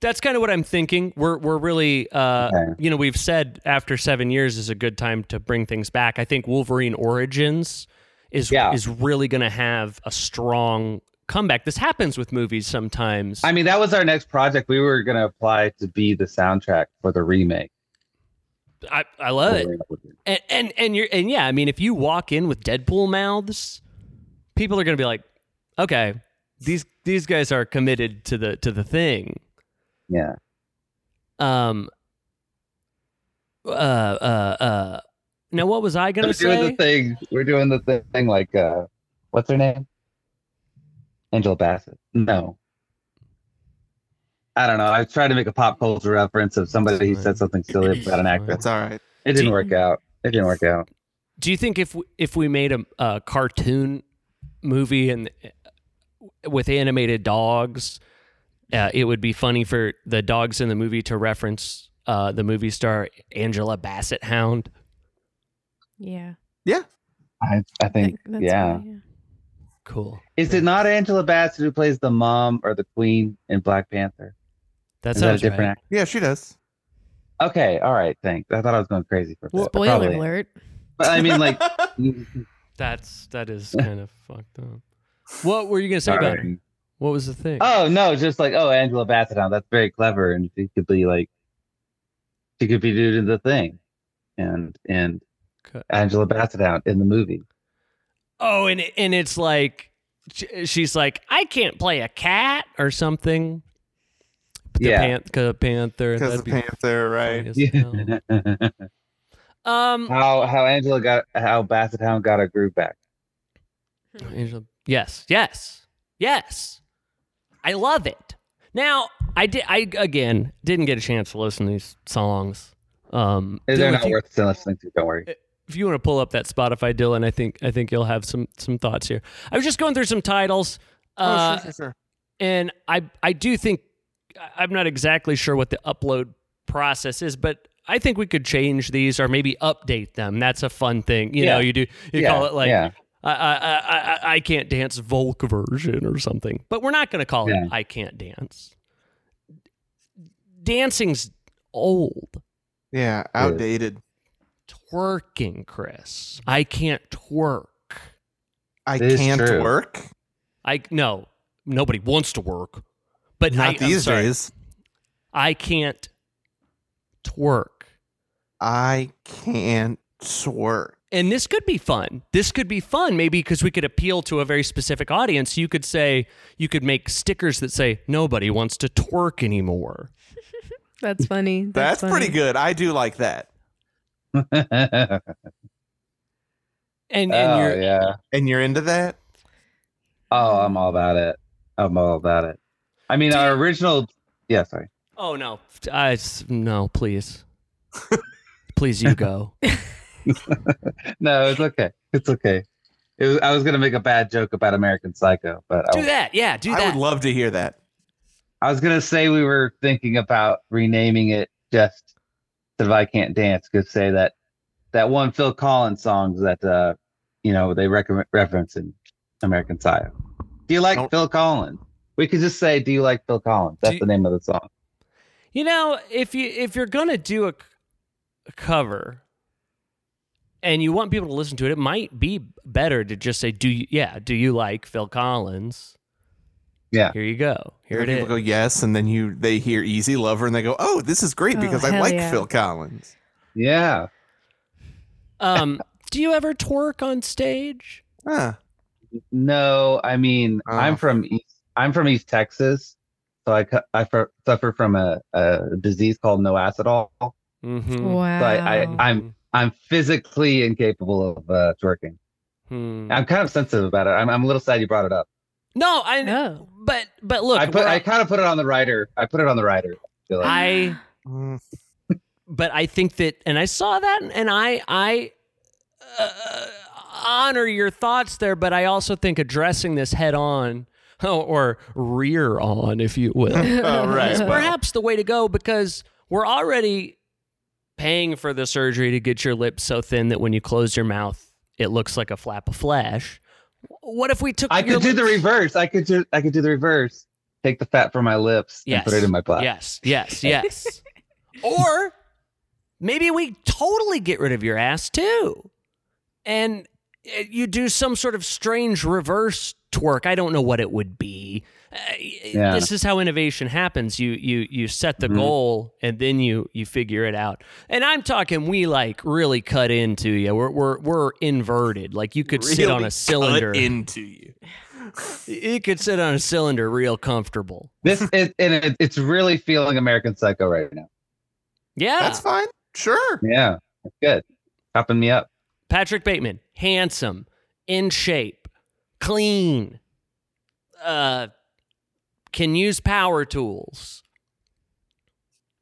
[SPEAKER 1] That's kind of what I'm thinking. We're we're really uh,
[SPEAKER 4] Okay.
[SPEAKER 1] you know, we've said after 7 years is a good time to bring things back. I think Wolverine Origins is
[SPEAKER 4] Yeah.
[SPEAKER 1] is really going to have a strong comeback. This happens with movies sometimes.
[SPEAKER 4] I mean that was our next project. We were gonna apply to be the soundtrack for the remake.
[SPEAKER 1] I, I love it. and and and you're and yeah, I mean, if you walk in with Deadpool mouths, people are gonna be like, okay, these these guys are committed to the to the thing.
[SPEAKER 4] Yeah.
[SPEAKER 1] Um. Uh. Uh. Uh. Now, what was I
[SPEAKER 4] We're
[SPEAKER 1] gonna
[SPEAKER 4] doing
[SPEAKER 1] say?
[SPEAKER 4] the thing. We're doing the thing like uh what's her name? Angela Bassett. No. I don't know. I tried to make a pop culture reference of somebody who said something silly about an actor.
[SPEAKER 2] That's all right.
[SPEAKER 1] Do
[SPEAKER 4] It didn't
[SPEAKER 1] you-
[SPEAKER 4] work out. It didn't work out.
[SPEAKER 1] Do you think if we, if we made a, a cartoon movie and uh, with animated dogs, uh, it would be funny for the dogs in the movie to reference uh, the movie star Angela Bassett Hound?
[SPEAKER 3] Yeah.
[SPEAKER 4] I, I
[SPEAKER 3] I
[SPEAKER 4] think.
[SPEAKER 3] think that's
[SPEAKER 4] yeah.
[SPEAKER 3] why,
[SPEAKER 1] Cool.
[SPEAKER 4] Is it not Angela Bassett who plays the mom or the queen in Black Panther?
[SPEAKER 1] That
[SPEAKER 4] Is that a
[SPEAKER 1] sounds
[SPEAKER 4] different
[SPEAKER 1] right.
[SPEAKER 4] actor?
[SPEAKER 2] Yeah, she does.
[SPEAKER 4] Okay. All right. Thanks. I thought I was going crazy for a bit,
[SPEAKER 1] Well,
[SPEAKER 4] but
[SPEAKER 3] Spoiler
[SPEAKER 4] probably-
[SPEAKER 3] alert.
[SPEAKER 4] But I mean, like,
[SPEAKER 1] That's that is kind of fucked up. What were you gonna say about? it?
[SPEAKER 4] Sorry.
[SPEAKER 1] What was the thing?
[SPEAKER 4] Oh no, just like oh Angela Bassett, now, that's very clever, and she could be like, she could be doing the thing, and and
[SPEAKER 1] Okay.
[SPEAKER 4] Angela Bassett out in the movie.
[SPEAKER 1] Oh, and it- and it's like sh- she's like, I can't play a cat or something. But the
[SPEAKER 4] Yeah.
[SPEAKER 1] pan- 'cause of panther.
[SPEAKER 2] because
[SPEAKER 1] that'd
[SPEAKER 2] the
[SPEAKER 1] be
[SPEAKER 2] panther, right?
[SPEAKER 1] funny as hell.
[SPEAKER 4] Yeah.
[SPEAKER 1] Um.
[SPEAKER 4] how how Angela got how Bassett Hound got her groove back.
[SPEAKER 1] Angel- Yes. Yes. Yes. I love it. Now, I did. I again didn't get a chance to listen to these songs. Um,
[SPEAKER 4] They're
[SPEAKER 1] Dylan,
[SPEAKER 4] not
[SPEAKER 1] if, you,
[SPEAKER 4] worth listening to. Don't worry.
[SPEAKER 1] if you want to pull up that Spotify, Dylan, I think I think you'll have some some thoughts here. I was just going through some titles.
[SPEAKER 2] oh,
[SPEAKER 1] uh,
[SPEAKER 2] sure, sure, sure.
[SPEAKER 1] and I I do think I- I'm not exactly sure what the upload process is, but I think we could change these or maybe update them. That's a fun thing, you
[SPEAKER 4] Yeah.
[SPEAKER 1] know. You do you
[SPEAKER 4] yeah,
[SPEAKER 1] call it like
[SPEAKER 4] yeah.
[SPEAKER 1] I, I I I- I can't dance Volk version or something, but we're not going to call
[SPEAKER 4] Yeah.
[SPEAKER 1] it I can't dance. Dancing's old.
[SPEAKER 2] Yeah, outdated.
[SPEAKER 1] Twerking, Chris. I can't twerk.
[SPEAKER 2] I
[SPEAKER 4] It is
[SPEAKER 2] can't
[SPEAKER 4] true.
[SPEAKER 2] work.
[SPEAKER 1] I no. Nobody wants to work, but I,
[SPEAKER 2] Not
[SPEAKER 1] I'm
[SPEAKER 2] these
[SPEAKER 1] sorry.
[SPEAKER 2] days.
[SPEAKER 1] I can't twerk.
[SPEAKER 2] I can't work.
[SPEAKER 1] and this could be fun. This could be fun, maybe because we could appeal to a very specific audience. You could say, you could make stickers that say, nobody wants to twerk anymore.
[SPEAKER 3] That's funny.
[SPEAKER 2] That's,
[SPEAKER 3] That's,
[SPEAKER 2] pretty good. I do like that.
[SPEAKER 1] And, and
[SPEAKER 4] oh
[SPEAKER 1] you're, Mm.
[SPEAKER 4] yeah.
[SPEAKER 2] And you're into that?
[SPEAKER 4] Oh, I'm all about it. I'm all about it. I mean, our original. Yeah, sorry.
[SPEAKER 1] oh no, I, s- no, please. please, you go.
[SPEAKER 2] Oh.
[SPEAKER 4] No, it's okay. It's okay. It was. I was gonna make a bad joke about American Psycho, but I,
[SPEAKER 1] Do that. Yeah, do
[SPEAKER 2] I
[SPEAKER 1] that.
[SPEAKER 2] would love to hear that.
[SPEAKER 4] I was gonna say we were thinking about renaming it just that if I can't dance could say that that one Phil Collins songs that uh you know they recommend reference in American Psycho. Do you like
[SPEAKER 2] Don't-
[SPEAKER 4] Phil Collins? We could just say, "Do you like Phil Collins?" That's
[SPEAKER 1] Do-
[SPEAKER 4] the name of the song.
[SPEAKER 1] you know, if, you, if you're going to do a, c- a cover and you want people to listen to it, it might be better to just say, do you, yeah, do you like Phil Collins?
[SPEAKER 4] Yeah.
[SPEAKER 1] Here you go. Here
[SPEAKER 2] And
[SPEAKER 1] it
[SPEAKER 2] people
[SPEAKER 1] is.
[SPEAKER 2] go yes, and then you they hear Easy Lover and they go, Oh, this is great
[SPEAKER 3] Oh,
[SPEAKER 2] because I
[SPEAKER 3] hell
[SPEAKER 2] like
[SPEAKER 3] yeah.
[SPEAKER 2] Phil Collins.
[SPEAKER 4] Yeah,
[SPEAKER 1] Um, do you ever twerk on stage?
[SPEAKER 2] Huh.
[SPEAKER 4] No, I mean
[SPEAKER 2] Oh.
[SPEAKER 4] I'm from East, I'm from East Texas, so I cu- I fur- suffer from a, a disease called noacidol.
[SPEAKER 1] Mm-hmm.
[SPEAKER 3] Wow.
[SPEAKER 4] I- I'm- I'm physically incapable of uh, twerking. I'm kind of sensitive about it. I'm, I'm a little sad you brought it up.
[SPEAKER 1] Hmm. no, I know.
[SPEAKER 3] no.
[SPEAKER 1] But but look,
[SPEAKER 4] I put
[SPEAKER 1] we're-
[SPEAKER 4] I kind of put it on the writer. I put it on the writer. I feel like.
[SPEAKER 1] I
[SPEAKER 2] Mm.
[SPEAKER 1] but I think that, and I saw that, and I I uh, honor your thoughts there, but I also think addressing this head on or rear on, if you will,
[SPEAKER 2] Oh, right.
[SPEAKER 1] is
[SPEAKER 2] Well.
[SPEAKER 1] perhaps the way to go because we're already paying for the surgery to get your lips so thin that when you close your mouth, it looks like a flap of flesh. What if we took?
[SPEAKER 4] I
[SPEAKER 1] your
[SPEAKER 4] could do the
[SPEAKER 1] lips-
[SPEAKER 4] reverse. I could do I could do the reverse. Take the fat from my lips
[SPEAKER 1] Yes.
[SPEAKER 4] and put it in my butt.
[SPEAKER 1] Yes, yes, yes. or maybe we totally get rid of your ass too. And uh, you do some sort of strange reverse twerk. I don't know what it would be. Uh,
[SPEAKER 4] Yeah.
[SPEAKER 1] This is how innovation happens. You you you set the
[SPEAKER 2] Mm-hmm.
[SPEAKER 4] Mhm.
[SPEAKER 1] goal and then you you figure it out. And I'm talking we like really cut into you. We're we're we're inverted. Like you could sit on
[SPEAKER 2] Really
[SPEAKER 1] a cylinder.
[SPEAKER 2] Cut into you.
[SPEAKER 1] you could sit on a cylinder real comfortable.
[SPEAKER 4] This is and it, it's really feeling American Psycho right now.
[SPEAKER 1] Yeah.
[SPEAKER 2] That's fine. Sure.
[SPEAKER 4] Yeah, that's good. Popping me up.
[SPEAKER 1] Patrick Bateman, handsome, in shape, clean, uh, can use power tools,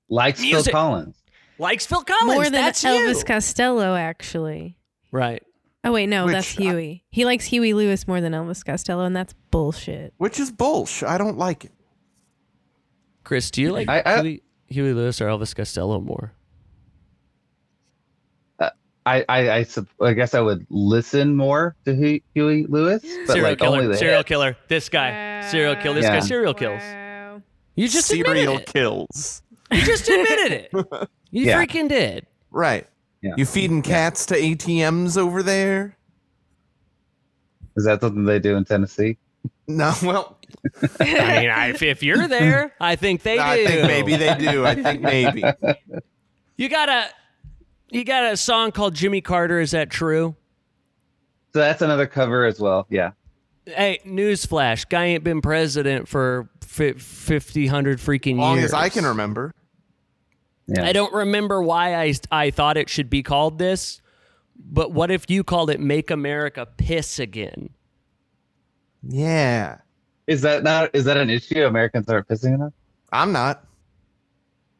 [SPEAKER 4] Likes
[SPEAKER 1] Music.
[SPEAKER 4] Phil Collins.
[SPEAKER 1] likes Phil Collins.
[SPEAKER 3] More than
[SPEAKER 1] that's
[SPEAKER 3] Elvis
[SPEAKER 1] you.
[SPEAKER 3] Costello, actually.
[SPEAKER 1] right.
[SPEAKER 3] Oh wait, no,
[SPEAKER 2] Which
[SPEAKER 3] that's
[SPEAKER 1] uh,
[SPEAKER 2] I-
[SPEAKER 3] Huey. he likes Huey Lewis more than Elvis Costello, and that's bullshit.
[SPEAKER 2] Which is bullsh. I don't like it.
[SPEAKER 1] Chris, do you like
[SPEAKER 4] I- I-
[SPEAKER 1] Huey, Huey Lewis or Elvis Costello more?
[SPEAKER 4] I I I, sup- I guess I would listen more to Hu- Huey Lewis, but
[SPEAKER 1] serial
[SPEAKER 4] like
[SPEAKER 1] killer.
[SPEAKER 4] only the
[SPEAKER 1] serial
[SPEAKER 4] hit.
[SPEAKER 1] killer. This guy. serial killer. This guy
[SPEAKER 4] Yeah.
[SPEAKER 1] serial kills. You just
[SPEAKER 2] serial
[SPEAKER 1] admitted it.
[SPEAKER 2] kills.
[SPEAKER 1] You just admitted it. You
[SPEAKER 4] Yeah.
[SPEAKER 1] freaking did.
[SPEAKER 2] Right.
[SPEAKER 4] Yeah.
[SPEAKER 2] You feeding cats to ATMs over there?
[SPEAKER 4] Is that something they do in Tennessee?
[SPEAKER 2] No, well,
[SPEAKER 1] I mean, I, if, if you're there, I think they
[SPEAKER 2] I
[SPEAKER 1] do.
[SPEAKER 2] think maybe they do. I think maybe.
[SPEAKER 1] you got a you got a song called Jimmy Carter. Is that true?
[SPEAKER 4] So that's another cover as well. Yeah.
[SPEAKER 1] Hey, newsflash: guy ain't been president for fi- fifty hundred freaking
[SPEAKER 2] Long
[SPEAKER 1] years.
[SPEAKER 2] as I can remember.
[SPEAKER 4] Yeah.
[SPEAKER 1] I don't remember why I I thought it should be called this, but what if you called it "Make America Piss Again"?
[SPEAKER 2] Yeah,
[SPEAKER 4] Is that not is that an issue? Americans aren't pissing enough?
[SPEAKER 2] I'm not.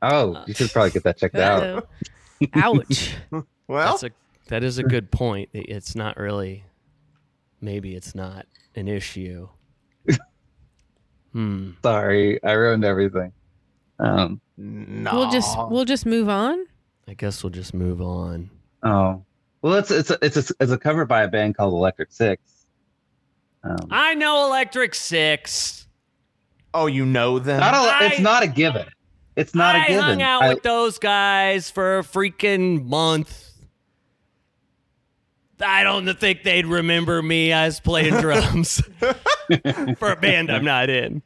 [SPEAKER 1] Uh,
[SPEAKER 4] Oh, you should probably get that checked out.
[SPEAKER 3] Uh, Ouch.
[SPEAKER 2] Well,
[SPEAKER 1] That's a that is a good point. It- It's not really, maybe it's not an issue. hmm.
[SPEAKER 4] Sorry, I ruined everything. Um
[SPEAKER 2] no.
[SPEAKER 3] We'll just we'll just move on.
[SPEAKER 1] I guess we'll just move on.
[SPEAKER 4] oh. Well it's it's a, it's a, it's a cover by a band called Electric Six. Um,
[SPEAKER 1] I know Electric Six.
[SPEAKER 2] oh, you know them.
[SPEAKER 4] not a, it's
[SPEAKER 1] I-
[SPEAKER 4] not a given. It's not a
[SPEAKER 1] I
[SPEAKER 4] given.
[SPEAKER 1] hung out
[SPEAKER 4] I-
[SPEAKER 1] with those guys for a freaking month. I don't think they'd remember me as playing drums for a band I'm not in.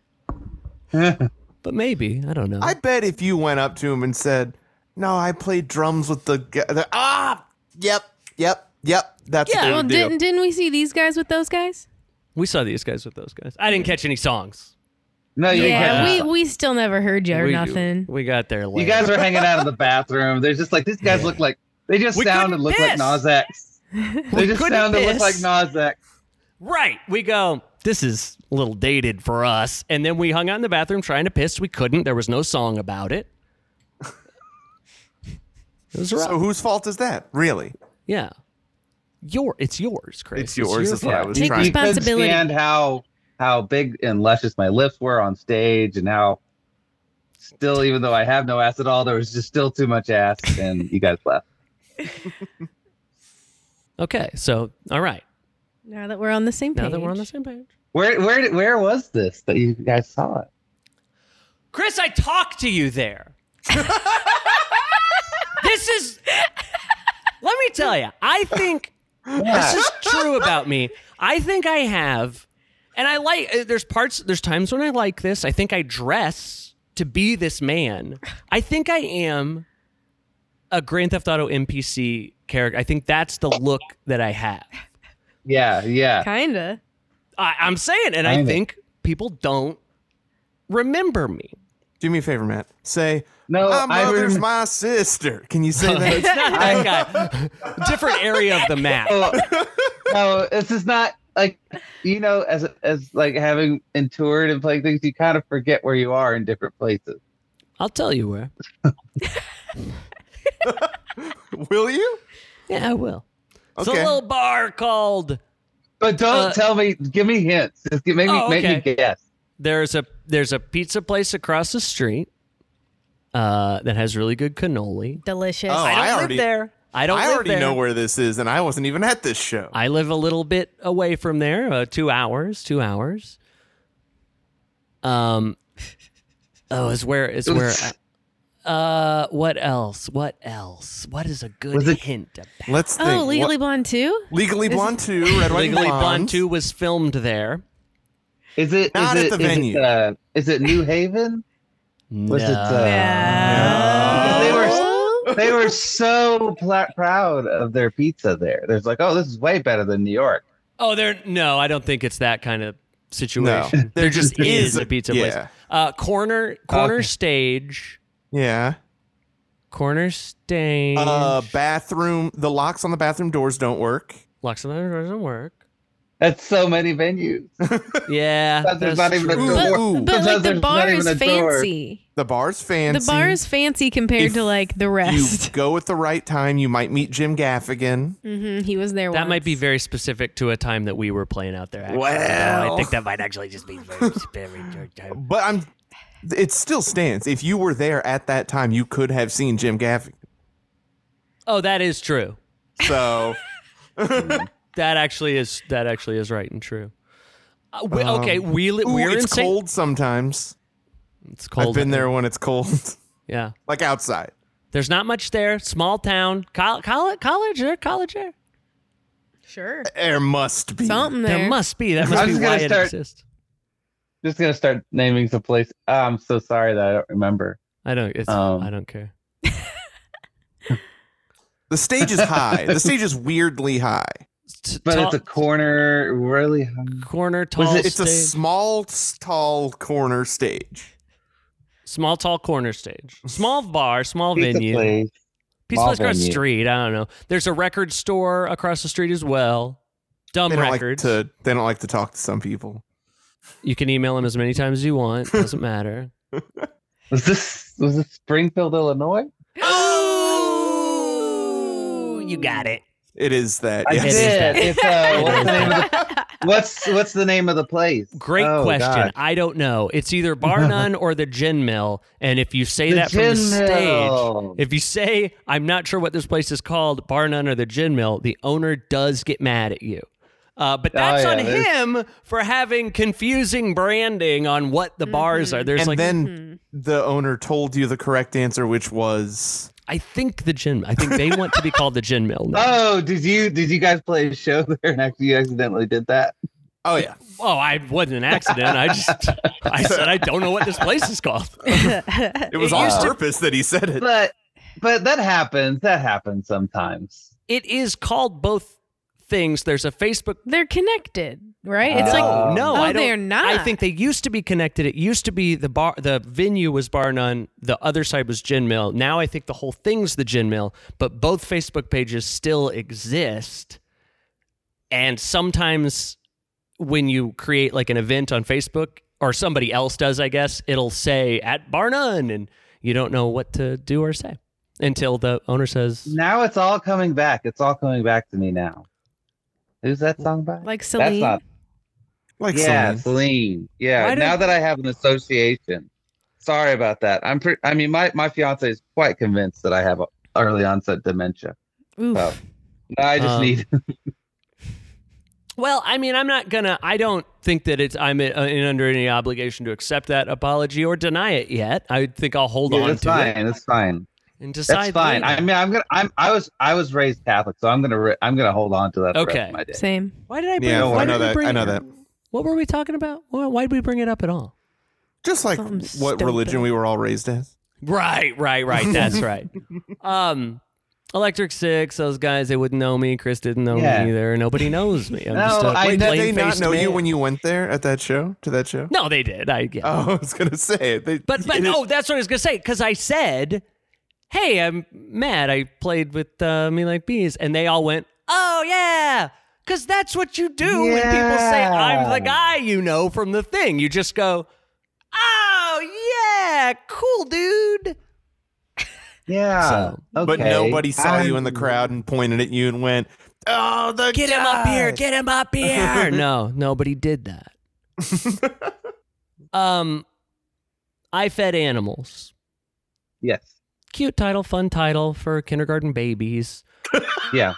[SPEAKER 1] But maybe I don't know.
[SPEAKER 2] I bet if you went up to him and said, "No, I played drums with the guy," they're, ah, yep, yep, yep. That's
[SPEAKER 1] Yeah.
[SPEAKER 2] yeah.
[SPEAKER 3] Well,
[SPEAKER 2] What they would do.
[SPEAKER 3] didn't didn't we see these guys with those guys?
[SPEAKER 1] we saw these guys with those guys. I didn't catch any songs.
[SPEAKER 4] no, you didn't catch
[SPEAKER 3] yeah,
[SPEAKER 4] it.
[SPEAKER 3] we we still never heard you or
[SPEAKER 1] we,
[SPEAKER 3] nothing.
[SPEAKER 1] We got there late.
[SPEAKER 4] You guys were hanging out in the bathroom. They're just like these guys
[SPEAKER 1] Yeah.
[SPEAKER 4] look like they just
[SPEAKER 1] We
[SPEAKER 4] sound
[SPEAKER 1] couldn't
[SPEAKER 4] and look like
[SPEAKER 1] piss.
[SPEAKER 4] Nas X. They just
[SPEAKER 1] couldn't
[SPEAKER 4] sound and look like
[SPEAKER 1] piss.
[SPEAKER 4] Nas X.
[SPEAKER 1] right. We go. This is a little dated for us. And then we hung out in the bathroom trying to piss. We couldn't. There was no song about it. It was rough.
[SPEAKER 2] So whose fault is that, really?
[SPEAKER 1] Yeah. Your it's yours, Chris.
[SPEAKER 2] It's yours,
[SPEAKER 1] your
[SPEAKER 2] is what I
[SPEAKER 1] fault.
[SPEAKER 2] was
[SPEAKER 3] Take
[SPEAKER 2] trying.
[SPEAKER 4] You couldn't
[SPEAKER 3] Responsibility.
[SPEAKER 4] stand how how big and luscious my lips were on stage, and how still, even though I have no ass at all, there was just still too much ass, and you guys left.
[SPEAKER 1] Okay, so all right.
[SPEAKER 3] Now that we're on the same page.
[SPEAKER 1] Now that we're on the same page.
[SPEAKER 4] Where where where was this that you guys saw it?
[SPEAKER 1] Chris, I talked to you there. this is Let me tell you. I think this is true about me. I think I have and I like uh, there's parts there's times when I like this. I think I dress to be this man. I think I am a Grand Theft Auto NPC character. I think that's the look that I have.
[SPEAKER 4] Yeah, yeah.
[SPEAKER 3] Kinda.
[SPEAKER 1] I, I'm saying, and I
[SPEAKER 4] Kinda.
[SPEAKER 1] think people don't remember me.
[SPEAKER 2] Do me a favor, Matt. Say, "My
[SPEAKER 4] No, Oh, I
[SPEAKER 2] Ah, mother's
[SPEAKER 4] rem-
[SPEAKER 2] my sister." Can you say that?
[SPEAKER 1] It's not that guy. Different area of the map.
[SPEAKER 4] Oh, no, this is not like you know, as as like having and toured and playing things, you kind of forget where you are in different places.
[SPEAKER 1] I'll tell you where.
[SPEAKER 2] Will you?
[SPEAKER 1] Yeah, I will. It's a
[SPEAKER 2] Okay.
[SPEAKER 1] little bar called.
[SPEAKER 4] But don't
[SPEAKER 1] Uh,
[SPEAKER 4] tell me. Give me hints. Just give, make me
[SPEAKER 1] Oh,
[SPEAKER 4] make me guess.
[SPEAKER 1] There's a there's a pizza place across the street uh, that has really good cannoli.
[SPEAKER 3] Delicious.
[SPEAKER 2] Oh,
[SPEAKER 1] I don't
[SPEAKER 2] I
[SPEAKER 1] live
[SPEAKER 2] already-
[SPEAKER 1] there. I don't.
[SPEAKER 2] I
[SPEAKER 1] live
[SPEAKER 2] already
[SPEAKER 1] there.
[SPEAKER 2] know where this is, and I wasn't even at this show.
[SPEAKER 1] I live a little bit away from there, uh, two hours, two hours. Um, oh, is where is where? Uh, what else? What else? What is a good
[SPEAKER 4] Was it-
[SPEAKER 1] hint about?
[SPEAKER 2] Let's think.
[SPEAKER 3] oh,
[SPEAKER 2] What-
[SPEAKER 3] Legally Blonde too?
[SPEAKER 2] Legally
[SPEAKER 3] Is it-
[SPEAKER 2] Blonde Two, Red White and
[SPEAKER 1] Legally Blonde
[SPEAKER 2] Blonde
[SPEAKER 1] Two was filmed there.
[SPEAKER 4] Is it?
[SPEAKER 2] Not at
[SPEAKER 4] is it-
[SPEAKER 2] the
[SPEAKER 4] is it,
[SPEAKER 2] venue.
[SPEAKER 4] uh, is it New Haven? Was it? Uh, They were they were so pl- proud of their pizza there. There's like, oh, this is way better than New York.
[SPEAKER 1] oh, there. No, I don't think it's that kind of
[SPEAKER 2] No,
[SPEAKER 1] situation. There just is a pizza place.
[SPEAKER 2] Yeah,
[SPEAKER 1] Uh, corner corner
[SPEAKER 4] Okay.
[SPEAKER 1] stage.
[SPEAKER 2] yeah.
[SPEAKER 1] Corner stage.
[SPEAKER 2] Uh, bathroom. The locks on the bathroom doors don't work.
[SPEAKER 1] Locks on the door doesn't work.
[SPEAKER 4] That's so many venues.
[SPEAKER 1] Yeah,
[SPEAKER 4] But there's
[SPEAKER 1] that's
[SPEAKER 4] not even a
[SPEAKER 1] true.
[SPEAKER 4] door.
[SPEAKER 3] But,
[SPEAKER 2] Ooh.
[SPEAKER 3] but like
[SPEAKER 4] Sometimes
[SPEAKER 3] the
[SPEAKER 4] there's
[SPEAKER 3] bar
[SPEAKER 4] not
[SPEAKER 3] is
[SPEAKER 4] even a door.
[SPEAKER 3] fancy.
[SPEAKER 2] The bar's fancy.
[SPEAKER 3] The bar is fancy compared
[SPEAKER 2] If
[SPEAKER 3] to like the
[SPEAKER 2] You
[SPEAKER 3] rest.
[SPEAKER 2] go at the right time. You might meet Jim Gaffigan.
[SPEAKER 3] hmm he was there.
[SPEAKER 1] That might
[SPEAKER 3] once.
[SPEAKER 1] be very specific to a time that we were playing out there. Actually.
[SPEAKER 2] Well.
[SPEAKER 1] I think that might actually just be very, very short time.
[SPEAKER 2] But I'm. It still stands. If you were there at that time, you could have seen Jim Gaffigan.
[SPEAKER 1] Oh, that is true.
[SPEAKER 2] So
[SPEAKER 1] That actually is that actually is right and true. Uh, we,
[SPEAKER 2] Um,
[SPEAKER 1] okay, we li-
[SPEAKER 2] ooh,
[SPEAKER 1] we're in
[SPEAKER 2] it's
[SPEAKER 1] Saint-
[SPEAKER 2] cold sometimes.
[SPEAKER 1] It's cold.
[SPEAKER 2] I've been
[SPEAKER 1] out
[SPEAKER 2] there when it's cold,
[SPEAKER 1] Yeah,
[SPEAKER 2] like outside.
[SPEAKER 1] there's not much there. Small town, col- college, college air, college air.
[SPEAKER 3] Sure.
[SPEAKER 2] There must be.
[SPEAKER 3] Something there.
[SPEAKER 1] There must be. That must
[SPEAKER 4] I'm
[SPEAKER 1] be
[SPEAKER 4] just gonna
[SPEAKER 1] why it
[SPEAKER 4] start-
[SPEAKER 1] exists.
[SPEAKER 4] Just gonna start naming some place. Ah, I'm so sorry that I don't remember.
[SPEAKER 1] I don't. It's,
[SPEAKER 4] Um,
[SPEAKER 1] I don't care.
[SPEAKER 2] The stage is high. the stage is weirdly high.
[SPEAKER 1] T-
[SPEAKER 4] But
[SPEAKER 1] tall-
[SPEAKER 4] it's a corner, really. high-
[SPEAKER 1] corner tall
[SPEAKER 4] it-
[SPEAKER 2] It's a
[SPEAKER 1] stage.
[SPEAKER 2] small, s- tall corner stage.
[SPEAKER 1] small tall corner stage. Small bar. Small
[SPEAKER 4] Pizza
[SPEAKER 1] venue.
[SPEAKER 4] place.
[SPEAKER 1] Pizza
[SPEAKER 4] Small
[SPEAKER 1] place across the
[SPEAKER 4] venue.
[SPEAKER 1] street. I don't know. There's a record store across the street as well. Dumb
[SPEAKER 2] They don't like
[SPEAKER 1] records.
[SPEAKER 2] to. They don't like to talk to some people.
[SPEAKER 1] You can email them as many times as you want. Doesn't matter.
[SPEAKER 4] Was this was this Springfield, Illinois?
[SPEAKER 1] Oh, you got it.
[SPEAKER 2] It is that.
[SPEAKER 4] I
[SPEAKER 1] It is
[SPEAKER 2] yes.
[SPEAKER 4] did.
[SPEAKER 1] that.
[SPEAKER 4] It's uh,
[SPEAKER 1] It
[SPEAKER 4] what's
[SPEAKER 1] is
[SPEAKER 4] the name of the what's what's the name of the place?
[SPEAKER 1] Great
[SPEAKER 4] Oh,
[SPEAKER 1] question.
[SPEAKER 4] God.
[SPEAKER 1] I don't know. It's either Bar None or the Gin Mill. And if you say
[SPEAKER 4] The
[SPEAKER 1] that from the
[SPEAKER 4] Gin
[SPEAKER 1] stage,
[SPEAKER 4] Mill.
[SPEAKER 1] if you say, I'm not sure what this place is called, Bar None or the Gin Mill, the owner does get mad at you. Uh, but
[SPEAKER 4] Oh,
[SPEAKER 1] that's
[SPEAKER 4] yeah,
[SPEAKER 1] on
[SPEAKER 4] there's-
[SPEAKER 1] him for having confusing branding on what the bars
[SPEAKER 3] Mhm.
[SPEAKER 1] are. There's
[SPEAKER 2] And
[SPEAKER 1] like,
[SPEAKER 2] then
[SPEAKER 3] Mhm.
[SPEAKER 2] the owner told you the correct answer, which was
[SPEAKER 1] I think the gin. I think they want to be called the gin mill. now.
[SPEAKER 4] Oh, did you did you guys play a show there and actually you accidentally did that?
[SPEAKER 2] oh yeah,
[SPEAKER 1] oh, I wasn't an accident. I just, I said I don't know what this place is called.
[SPEAKER 3] Hmm.
[SPEAKER 2] it was
[SPEAKER 1] It
[SPEAKER 2] on
[SPEAKER 4] used to-
[SPEAKER 2] purpose that he said it.
[SPEAKER 4] But but that happens. That happens sometimes.
[SPEAKER 1] It is called both things. There's a Facebook.
[SPEAKER 3] They're connected, right? It's like
[SPEAKER 4] Oh,
[SPEAKER 1] no, no,
[SPEAKER 3] oh,
[SPEAKER 1] I don't.
[SPEAKER 3] they're not.
[SPEAKER 1] I think they used to be connected. It used to be the bar, the venue was Bar None, the other side was Gin Mill. Now I think the whole thing's the Gin Mill, but both Facebook pages still exist. And sometimes when you create like an event on Facebook or somebody else does, I guess, it'll say at Bar None and you don't know what to do or say until the owner says,
[SPEAKER 4] Now it's all coming back. It's all coming back to me now. Who's that song by?
[SPEAKER 3] like
[SPEAKER 4] That's
[SPEAKER 3] Celine.
[SPEAKER 1] Oh,
[SPEAKER 4] not.
[SPEAKER 2] Like
[SPEAKER 4] yeah,
[SPEAKER 2] Celine.
[SPEAKER 4] Celine. Yeah.
[SPEAKER 1] Why do-
[SPEAKER 4] now that I have an association. Sorry about that. I'm pretty. I mean, my my fiance is quite convinced that I have early onset dementia.
[SPEAKER 3] Oof.
[SPEAKER 4] Oh. I just
[SPEAKER 1] Um,
[SPEAKER 4] need.
[SPEAKER 1] Well, I mean, I'm not gonna. I don't think that it's. I'm in, in under any obligation to accept that apology or deny it yet. I think I'll hold
[SPEAKER 4] Yeah,
[SPEAKER 1] on
[SPEAKER 4] it's
[SPEAKER 1] to it
[SPEAKER 4] fine. It's fine.
[SPEAKER 1] and
[SPEAKER 4] That's
[SPEAKER 1] decide.
[SPEAKER 4] fine.
[SPEAKER 1] later.
[SPEAKER 4] I mean, I'm gonna. I'm. I was. I was raised Catholic, so I'm gonna. Re- I'm gonna hold on to that. For the rest
[SPEAKER 1] Okay.
[SPEAKER 4] of my day.
[SPEAKER 3] Same.
[SPEAKER 1] why did I bring?
[SPEAKER 2] Yeah,
[SPEAKER 1] why
[SPEAKER 4] I
[SPEAKER 1] did
[SPEAKER 4] know
[SPEAKER 1] we
[SPEAKER 2] that-
[SPEAKER 1] Bring
[SPEAKER 2] I know
[SPEAKER 1] it-
[SPEAKER 2] that.
[SPEAKER 1] What were we talking about? Why, why did we bring it up at all?
[SPEAKER 2] Just like
[SPEAKER 3] Something
[SPEAKER 2] what
[SPEAKER 3] stupid.
[SPEAKER 2] religion we were all raised as.
[SPEAKER 1] Right, right, right. That's right. Um, Electric Six. Those guys, they wouldn't know me. Chris didn't know
[SPEAKER 4] Yeah.
[SPEAKER 1] me either. Nobody knows me. I'm
[SPEAKER 4] No,
[SPEAKER 1] just a
[SPEAKER 4] I-
[SPEAKER 2] Wait, did they not
[SPEAKER 1] plain-faced
[SPEAKER 2] know you
[SPEAKER 1] man.
[SPEAKER 2] when you went there at that show? To that show?
[SPEAKER 1] No, they did. I yeah.
[SPEAKER 2] Oh, I was gonna say it. They,
[SPEAKER 1] But but
[SPEAKER 2] it-
[SPEAKER 1] no, that's what I was gonna say because I said, "Hey, I'm mad. I played with uh, me like bees," and they all went, "Oh yeah." Cause that's what you do when people say I'm the
[SPEAKER 4] Yeah.
[SPEAKER 1] guy you know from the thing. You just go, "Oh yeah, cool dude."
[SPEAKER 4] Yeah.
[SPEAKER 1] So-
[SPEAKER 2] but
[SPEAKER 4] okay.
[SPEAKER 2] nobody saw you in the
[SPEAKER 4] I'm-
[SPEAKER 2] crowd and pointed at you and went, "Oh, the
[SPEAKER 1] Get him up here.
[SPEAKER 2] guy."
[SPEAKER 1] Get him up here. no, nobody did that. um, I fed animals.
[SPEAKER 4] Yes.
[SPEAKER 1] Cute title, fun title for kindergarten babies.
[SPEAKER 4] Yeah.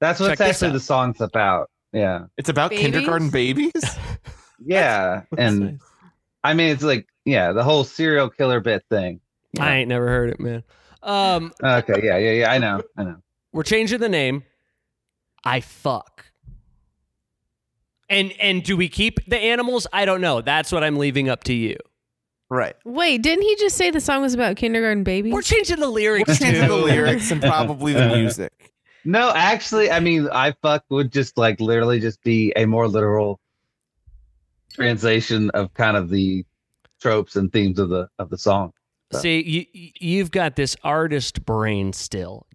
[SPEAKER 4] That's what
[SPEAKER 1] Check this
[SPEAKER 4] actually
[SPEAKER 1] out.
[SPEAKER 4] the song's about. Yeah.
[SPEAKER 2] It's about
[SPEAKER 3] Babies?
[SPEAKER 2] kindergarten babies.
[SPEAKER 4] Yeah. and I mean, it's like, yeah, the whole serial killer bit thing. Yeah.
[SPEAKER 1] I ain't never heard it, man. Um,
[SPEAKER 4] Okay. Yeah. Yeah. Yeah. I know. I know.
[SPEAKER 1] we're changing the name. I fuck. And and do we keep the animals? I don't know. That's what I'm leaving up to you.
[SPEAKER 2] right.
[SPEAKER 3] Wait, didn't he just say the song was about kindergarten babies?
[SPEAKER 1] We're changing the lyrics.
[SPEAKER 2] We're changing the
[SPEAKER 1] too.
[SPEAKER 2] lyrics and probably the music.
[SPEAKER 4] No, actually, I mean, I fuck would just like literally just be a more literal translation of kind of the tropes and themes of the of the song.
[SPEAKER 1] See, you you've got this artist brain still.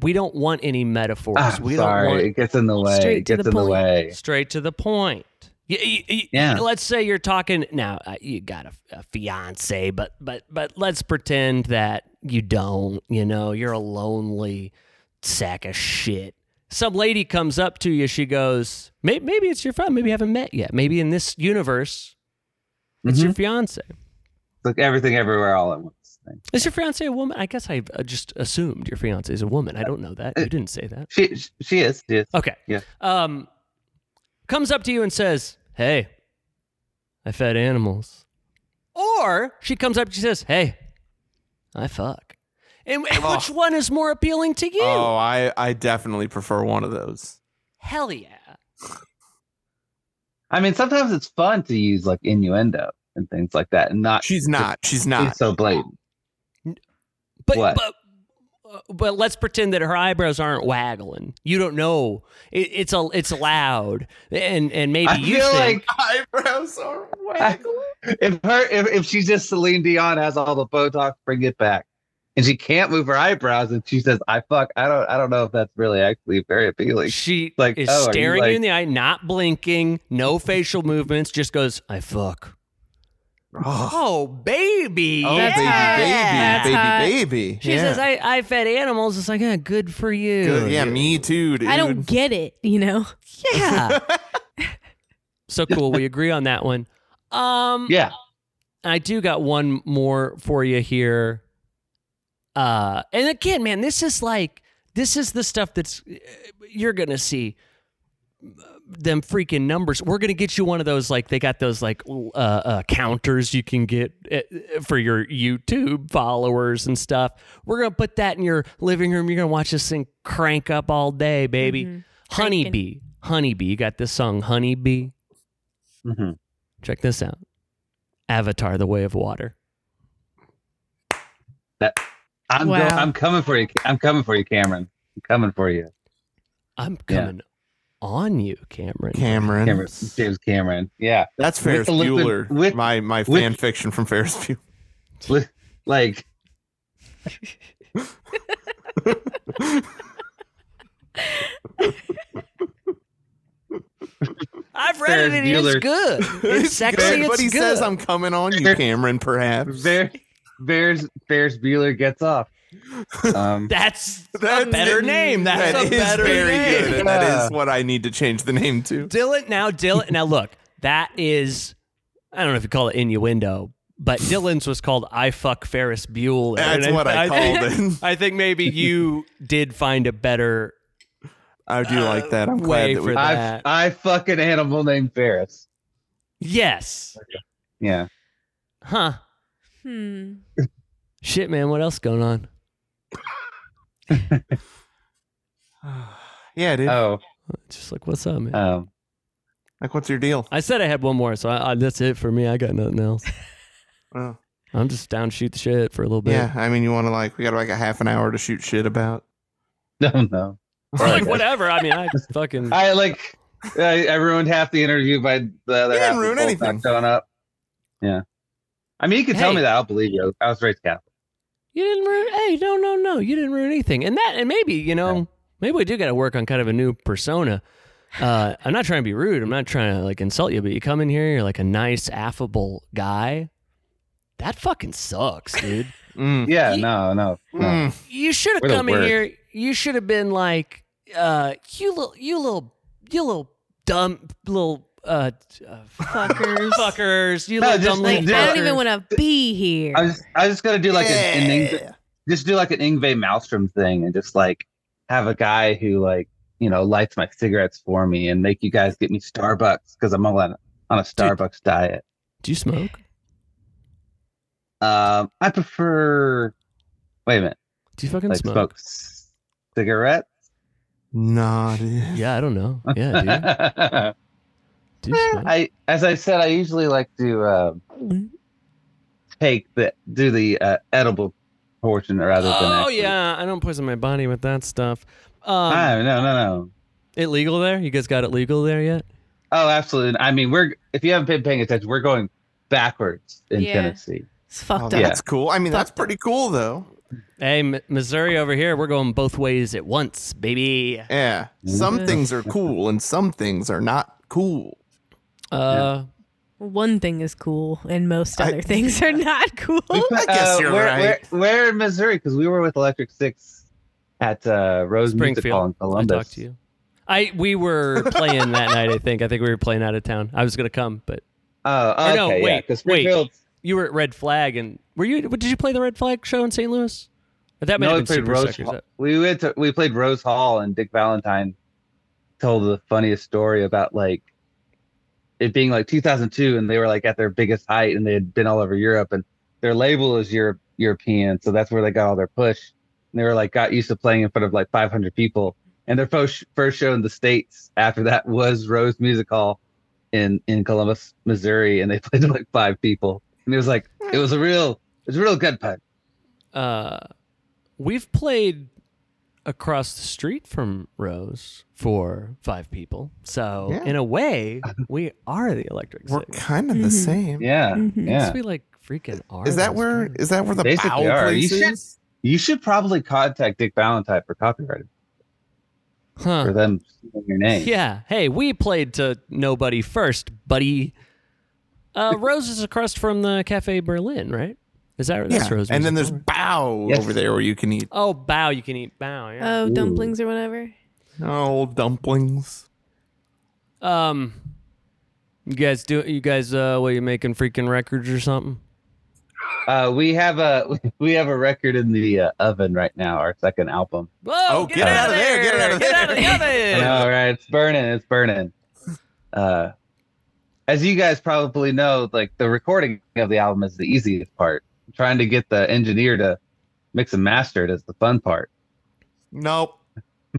[SPEAKER 1] We don't want any metaphors.
[SPEAKER 4] Ah,
[SPEAKER 1] we
[SPEAKER 4] sorry,
[SPEAKER 1] don't
[SPEAKER 4] it gets in the way.
[SPEAKER 3] Straight
[SPEAKER 4] It
[SPEAKER 3] to
[SPEAKER 4] gets
[SPEAKER 3] the
[SPEAKER 4] in the
[SPEAKER 3] point.
[SPEAKER 4] way.
[SPEAKER 1] want straight to the point. Y- y- y-
[SPEAKER 4] Yeah.
[SPEAKER 1] Let's say you're talking now. Uh, you got a, a fiance, but but but let's pretend that you don't. You know, you're a lonely sack of shit. Some lady comes up to you. She goes, maybe, maybe it's your friend. Maybe you haven't met yet. Maybe in this universe, it's
[SPEAKER 4] Mhm.
[SPEAKER 1] your fiance.
[SPEAKER 4] Like Mm-hmm. everything, everywhere, all at once. Thing.
[SPEAKER 1] Is your fiance a woman? I guess I uh, just assumed your fiance is a woman. I don't know that. You didn't say that.
[SPEAKER 4] She she is. She is.
[SPEAKER 1] Okay.
[SPEAKER 4] Yeah.
[SPEAKER 1] Um, comes up to you and says, "Hey, I fed animals," or she comes up and she says, "Hey, I fuck."
[SPEAKER 4] Oh.
[SPEAKER 1] And, and which one is more appealing to you?
[SPEAKER 2] Oh, I I definitely prefer one of those.
[SPEAKER 1] Hell yeah.
[SPEAKER 4] I mean, sometimes it's fun to use like innuendo and things like that, and not
[SPEAKER 2] She's not. She's
[SPEAKER 4] be
[SPEAKER 2] not.
[SPEAKER 4] so blatant.
[SPEAKER 1] But
[SPEAKER 4] What?
[SPEAKER 1] but uh, but let's pretend that her eyebrows aren't waggling. You don't know. It, it's a it's loud, and and maybe
[SPEAKER 4] I
[SPEAKER 1] you
[SPEAKER 4] feel
[SPEAKER 1] think,
[SPEAKER 4] like
[SPEAKER 2] Eyebrows are
[SPEAKER 4] waggling. if her if, if she's just Celine Dion has all the Botox, bring it back, and she can't move her eyebrows, and she says, "I fuck," I don't I don't know if that's really actually very appealing.
[SPEAKER 1] she
[SPEAKER 4] like,
[SPEAKER 1] is
[SPEAKER 4] oh, are you
[SPEAKER 1] staring you
[SPEAKER 4] like-
[SPEAKER 1] in the eye, not blinking, no facial movements, just goes, I fuck.
[SPEAKER 2] Oh,
[SPEAKER 1] Oh, baby.
[SPEAKER 2] oh
[SPEAKER 3] That's
[SPEAKER 2] baby,
[SPEAKER 3] hot.
[SPEAKER 2] baby,
[SPEAKER 3] That's
[SPEAKER 2] baby,
[SPEAKER 3] hot.
[SPEAKER 2] baby.
[SPEAKER 1] She
[SPEAKER 2] yeah.
[SPEAKER 1] says, I, I fed animals. It's like, yeah, good for you.
[SPEAKER 2] Good. Yeah, me too, dude.
[SPEAKER 3] I don't get it, you know?
[SPEAKER 1] Yeah. so cool. We agree on that one. Um,
[SPEAKER 4] Yeah,
[SPEAKER 1] I do got one more for you here. Uh, and again, man, this is like this is the stuff that's uh, you're gonna see uh, them freaking numbers. We're gonna get you one of those like they got those like l- uh, uh, counters you can get uh, for your YouTube followers and stuff. We're gonna put that in your living room. You're gonna watch this thing crank up all day, baby.
[SPEAKER 3] Mhm. Cranking.
[SPEAKER 1] Honeybee, honeybee. You got this song, honeybee.
[SPEAKER 4] hmm
[SPEAKER 1] Check this out. Avatar: The Way of Water.
[SPEAKER 4] I'm
[SPEAKER 3] Wow.
[SPEAKER 4] going, I'm coming for you. I'm coming for you, Cameron. I'm coming for you,
[SPEAKER 1] I'm
[SPEAKER 4] Yeah.
[SPEAKER 1] coming on you, Cameron.
[SPEAKER 2] Cameron.
[SPEAKER 4] Cameron. James Cameron. Yeah.
[SPEAKER 2] That's
[SPEAKER 4] With
[SPEAKER 2] Ferris
[SPEAKER 4] the liquid-
[SPEAKER 2] Bueller.
[SPEAKER 4] with-
[SPEAKER 2] my my
[SPEAKER 4] with-
[SPEAKER 2] fan fiction from Ferris Bueller.
[SPEAKER 4] Li- like
[SPEAKER 1] I've read it. and
[SPEAKER 4] Ferris
[SPEAKER 1] It is
[SPEAKER 4] Bueller.
[SPEAKER 1] good. It's sexy. It's
[SPEAKER 2] Everybody
[SPEAKER 1] good.
[SPEAKER 2] says I'm coming on you, Cameron. Perhaps.
[SPEAKER 4] Bear, Bears Bears Bueller gets off. Um,
[SPEAKER 1] That's
[SPEAKER 2] That's
[SPEAKER 1] a better
[SPEAKER 2] it.
[SPEAKER 1] name. That's
[SPEAKER 2] That
[SPEAKER 1] a
[SPEAKER 2] is
[SPEAKER 1] better
[SPEAKER 2] very
[SPEAKER 1] name.
[SPEAKER 2] good, and that
[SPEAKER 4] Yeah.
[SPEAKER 2] is what I need to change the name to.
[SPEAKER 1] Dylan. Now Dylan. Now look. That is. I don't know if you call it innuendo, but Dylan's was called "I fuck Ferris Bueller."
[SPEAKER 2] That's
[SPEAKER 1] And
[SPEAKER 2] what I
[SPEAKER 1] think-
[SPEAKER 2] called it.
[SPEAKER 1] I think maybe you did find a better
[SPEAKER 2] I do like that. I'm
[SPEAKER 1] way
[SPEAKER 2] glad that
[SPEAKER 1] for
[SPEAKER 2] we.
[SPEAKER 1] that.
[SPEAKER 4] I I fuck an animal named Ferris.
[SPEAKER 1] yes,
[SPEAKER 4] Yeah.
[SPEAKER 1] huh?
[SPEAKER 3] Hmm.
[SPEAKER 1] Shit, man. What else going on?
[SPEAKER 2] Yeah, dude.
[SPEAKER 4] Oh.
[SPEAKER 1] Just like, what's up, man?
[SPEAKER 2] Uh,
[SPEAKER 4] Um,
[SPEAKER 2] like, what's your deal?
[SPEAKER 1] I said I had one more, so I, I, that's it for me. I got nothing else.
[SPEAKER 2] Oh.
[SPEAKER 1] I'm just down to shoot the shit for a little bit.
[SPEAKER 2] Yeah, I mean, you want to like, we got like a half an hour to shoot shit about.
[SPEAKER 4] no, no.
[SPEAKER 1] Or like
[SPEAKER 4] Okay.
[SPEAKER 1] whatever. I mean, I just fucking.
[SPEAKER 4] I like. I, I ruined half the interview by the other
[SPEAKER 2] You didn't
[SPEAKER 4] half of
[SPEAKER 2] ruin
[SPEAKER 4] the
[SPEAKER 2] anything.
[SPEAKER 4] not showing up. Yeah. I mean, you can tell
[SPEAKER 1] Hey.
[SPEAKER 4] me that. I'll believe you. I was raised Catholic.
[SPEAKER 1] You didn't ruin. Hey, no, no, no. You didn't ruin anything. And that, and maybe you know, maybe we do got to work on kind of a new persona. Uh, I'm not trying to be rude. I'm not trying to like insult you, but you come in here, you're like a nice, affable guy. That fucking sucks, dude.
[SPEAKER 2] Mm.
[SPEAKER 4] Yeah.
[SPEAKER 1] Ye-
[SPEAKER 4] No. No. no.
[SPEAKER 2] Mm.
[SPEAKER 1] You should have
[SPEAKER 4] What a
[SPEAKER 1] come in
[SPEAKER 4] word.
[SPEAKER 1] here. You should have been like, uh, you little, you little, you little dumb little uh, uh
[SPEAKER 3] Fuckers.
[SPEAKER 1] fuckers. You
[SPEAKER 4] No,
[SPEAKER 1] little
[SPEAKER 4] just
[SPEAKER 1] dumb
[SPEAKER 4] like
[SPEAKER 1] little.
[SPEAKER 4] this.
[SPEAKER 3] I
[SPEAKER 1] fuckers.
[SPEAKER 3] don't even want to be here.
[SPEAKER 4] I was. I was just gonna do like an, an Ingve-
[SPEAKER 2] Yeah.
[SPEAKER 4] just do like an Ingve Malmstrom thing and just like have a guy who like you know lights my cigarettes for me and make you guys get me Starbucks because I'm on a, on a Starbucks diet.
[SPEAKER 1] Do you smoke?
[SPEAKER 4] Um, I prefer. Wait a minute.
[SPEAKER 1] Do you fucking
[SPEAKER 4] Like
[SPEAKER 1] smoke?
[SPEAKER 4] smoke c- cigarettes.
[SPEAKER 2] Not it.
[SPEAKER 1] Yeah, I don't know. Yeah, dude. Do you smoke?
[SPEAKER 4] I, as I said, I usually like to uh, take the do the uh, edible portion rather than.
[SPEAKER 1] oh
[SPEAKER 4] actually-
[SPEAKER 1] yeah, I don't poison my body with that stuff. Um,
[SPEAKER 4] Ah, no, no, no.
[SPEAKER 1] it legal there? You guys got it legal there yet?
[SPEAKER 4] Oh, absolutely. I mean, we're if you haven't been paying attention, we're going backwards in
[SPEAKER 3] Yeah.
[SPEAKER 4] Tennessee.
[SPEAKER 3] it's
[SPEAKER 2] Oh,
[SPEAKER 3] fucked up.
[SPEAKER 2] that's cool. I mean, that's pretty cool, though.
[SPEAKER 1] Hey, M- Missouri over here, we're going both ways at once, baby.
[SPEAKER 2] Yeah. Some
[SPEAKER 3] Yeah.
[SPEAKER 2] things are cool, and some things are not cool.
[SPEAKER 1] Uh,
[SPEAKER 3] One thing is cool, and most
[SPEAKER 2] I-
[SPEAKER 3] other things are not cool.
[SPEAKER 2] I guess you're
[SPEAKER 4] uh, we're,
[SPEAKER 2] right.
[SPEAKER 4] We're, we're in Missouri because we were with Electric Six at uh, Rose Music
[SPEAKER 1] Springfield.
[SPEAKER 4] Hall in
[SPEAKER 1] I
[SPEAKER 4] Columbus.
[SPEAKER 1] talked to you. I we were playing that night. I think. I think we were playing out of town. I was gonna come, but
[SPEAKER 4] Oh,
[SPEAKER 1] Or
[SPEAKER 4] okay,
[SPEAKER 1] no,
[SPEAKER 4] yeah,
[SPEAKER 1] wait,
[SPEAKER 4] 'cause
[SPEAKER 1] wait.
[SPEAKER 4] Springfield.
[SPEAKER 1] you were at Red Flag, and were you? Did you play the Red Flag show in St. Louis? That may
[SPEAKER 4] No, we
[SPEAKER 1] have been
[SPEAKER 4] played
[SPEAKER 1] Super
[SPEAKER 4] Rose.
[SPEAKER 1] Suckers.
[SPEAKER 4] Hall. We went to, we played Rose Hall, and Dick Valentine told the funniest story about like it being like 2002, and they were like at their biggest height, and they had been all over Europe, and their label is Europe, European, so that's where they got all their push. And they were like got used to playing in front of like 500 people, And their first first show in the states after that was Rose Music Hall in in Columbus, Missouri, and they played to like five people. And it was like it was a real it was a real good pun.
[SPEAKER 1] uh, we've played across the street from Rose for five people. So
[SPEAKER 2] Yeah.
[SPEAKER 1] in a way, we are the Electric
[SPEAKER 2] We're
[SPEAKER 1] Six.
[SPEAKER 2] kind of the
[SPEAKER 3] Mhm.
[SPEAKER 2] same.
[SPEAKER 4] Yeah,
[SPEAKER 3] Mhm.
[SPEAKER 4] yeah.
[SPEAKER 1] We like freaking are.
[SPEAKER 2] Is that
[SPEAKER 1] those
[SPEAKER 2] where
[SPEAKER 1] guys.
[SPEAKER 2] is that where the
[SPEAKER 4] Basically
[SPEAKER 2] bow
[SPEAKER 4] are. You
[SPEAKER 2] place
[SPEAKER 4] should-
[SPEAKER 2] is?
[SPEAKER 4] You should probably contact Dick Valentine for copyright for
[SPEAKER 1] Huh.
[SPEAKER 4] them stealing your name.
[SPEAKER 1] Yeah. Hey, we played to nobody first, buddy. Uh, Rose is across from the Cafe Berlin, right? Is that that's Rose?
[SPEAKER 2] and then there's
[SPEAKER 1] Music Hall.
[SPEAKER 2] bow
[SPEAKER 4] Yes.
[SPEAKER 2] over there where you can eat
[SPEAKER 1] oh bow. You can eat bow. Yeah.
[SPEAKER 3] Oh,
[SPEAKER 4] Ooh.
[SPEAKER 3] dumplings or whatever.
[SPEAKER 2] oh dumplings.
[SPEAKER 1] Um, you guys do you guys uh what you making freaking records or something?
[SPEAKER 4] Uh, we have a we have a record in the uh, oven right now, our second album.
[SPEAKER 1] Whoa!
[SPEAKER 2] Oh, get it out of there, get it out of there.
[SPEAKER 1] Get out of
[SPEAKER 4] I
[SPEAKER 2] uh,
[SPEAKER 1] the oven.
[SPEAKER 4] know, right? It's burning. It's burning. Uh, as you guys probably know, like the recording of the album is the easiest part. Trying to get the engineer to mix and master it is the fun part.
[SPEAKER 2] Nope.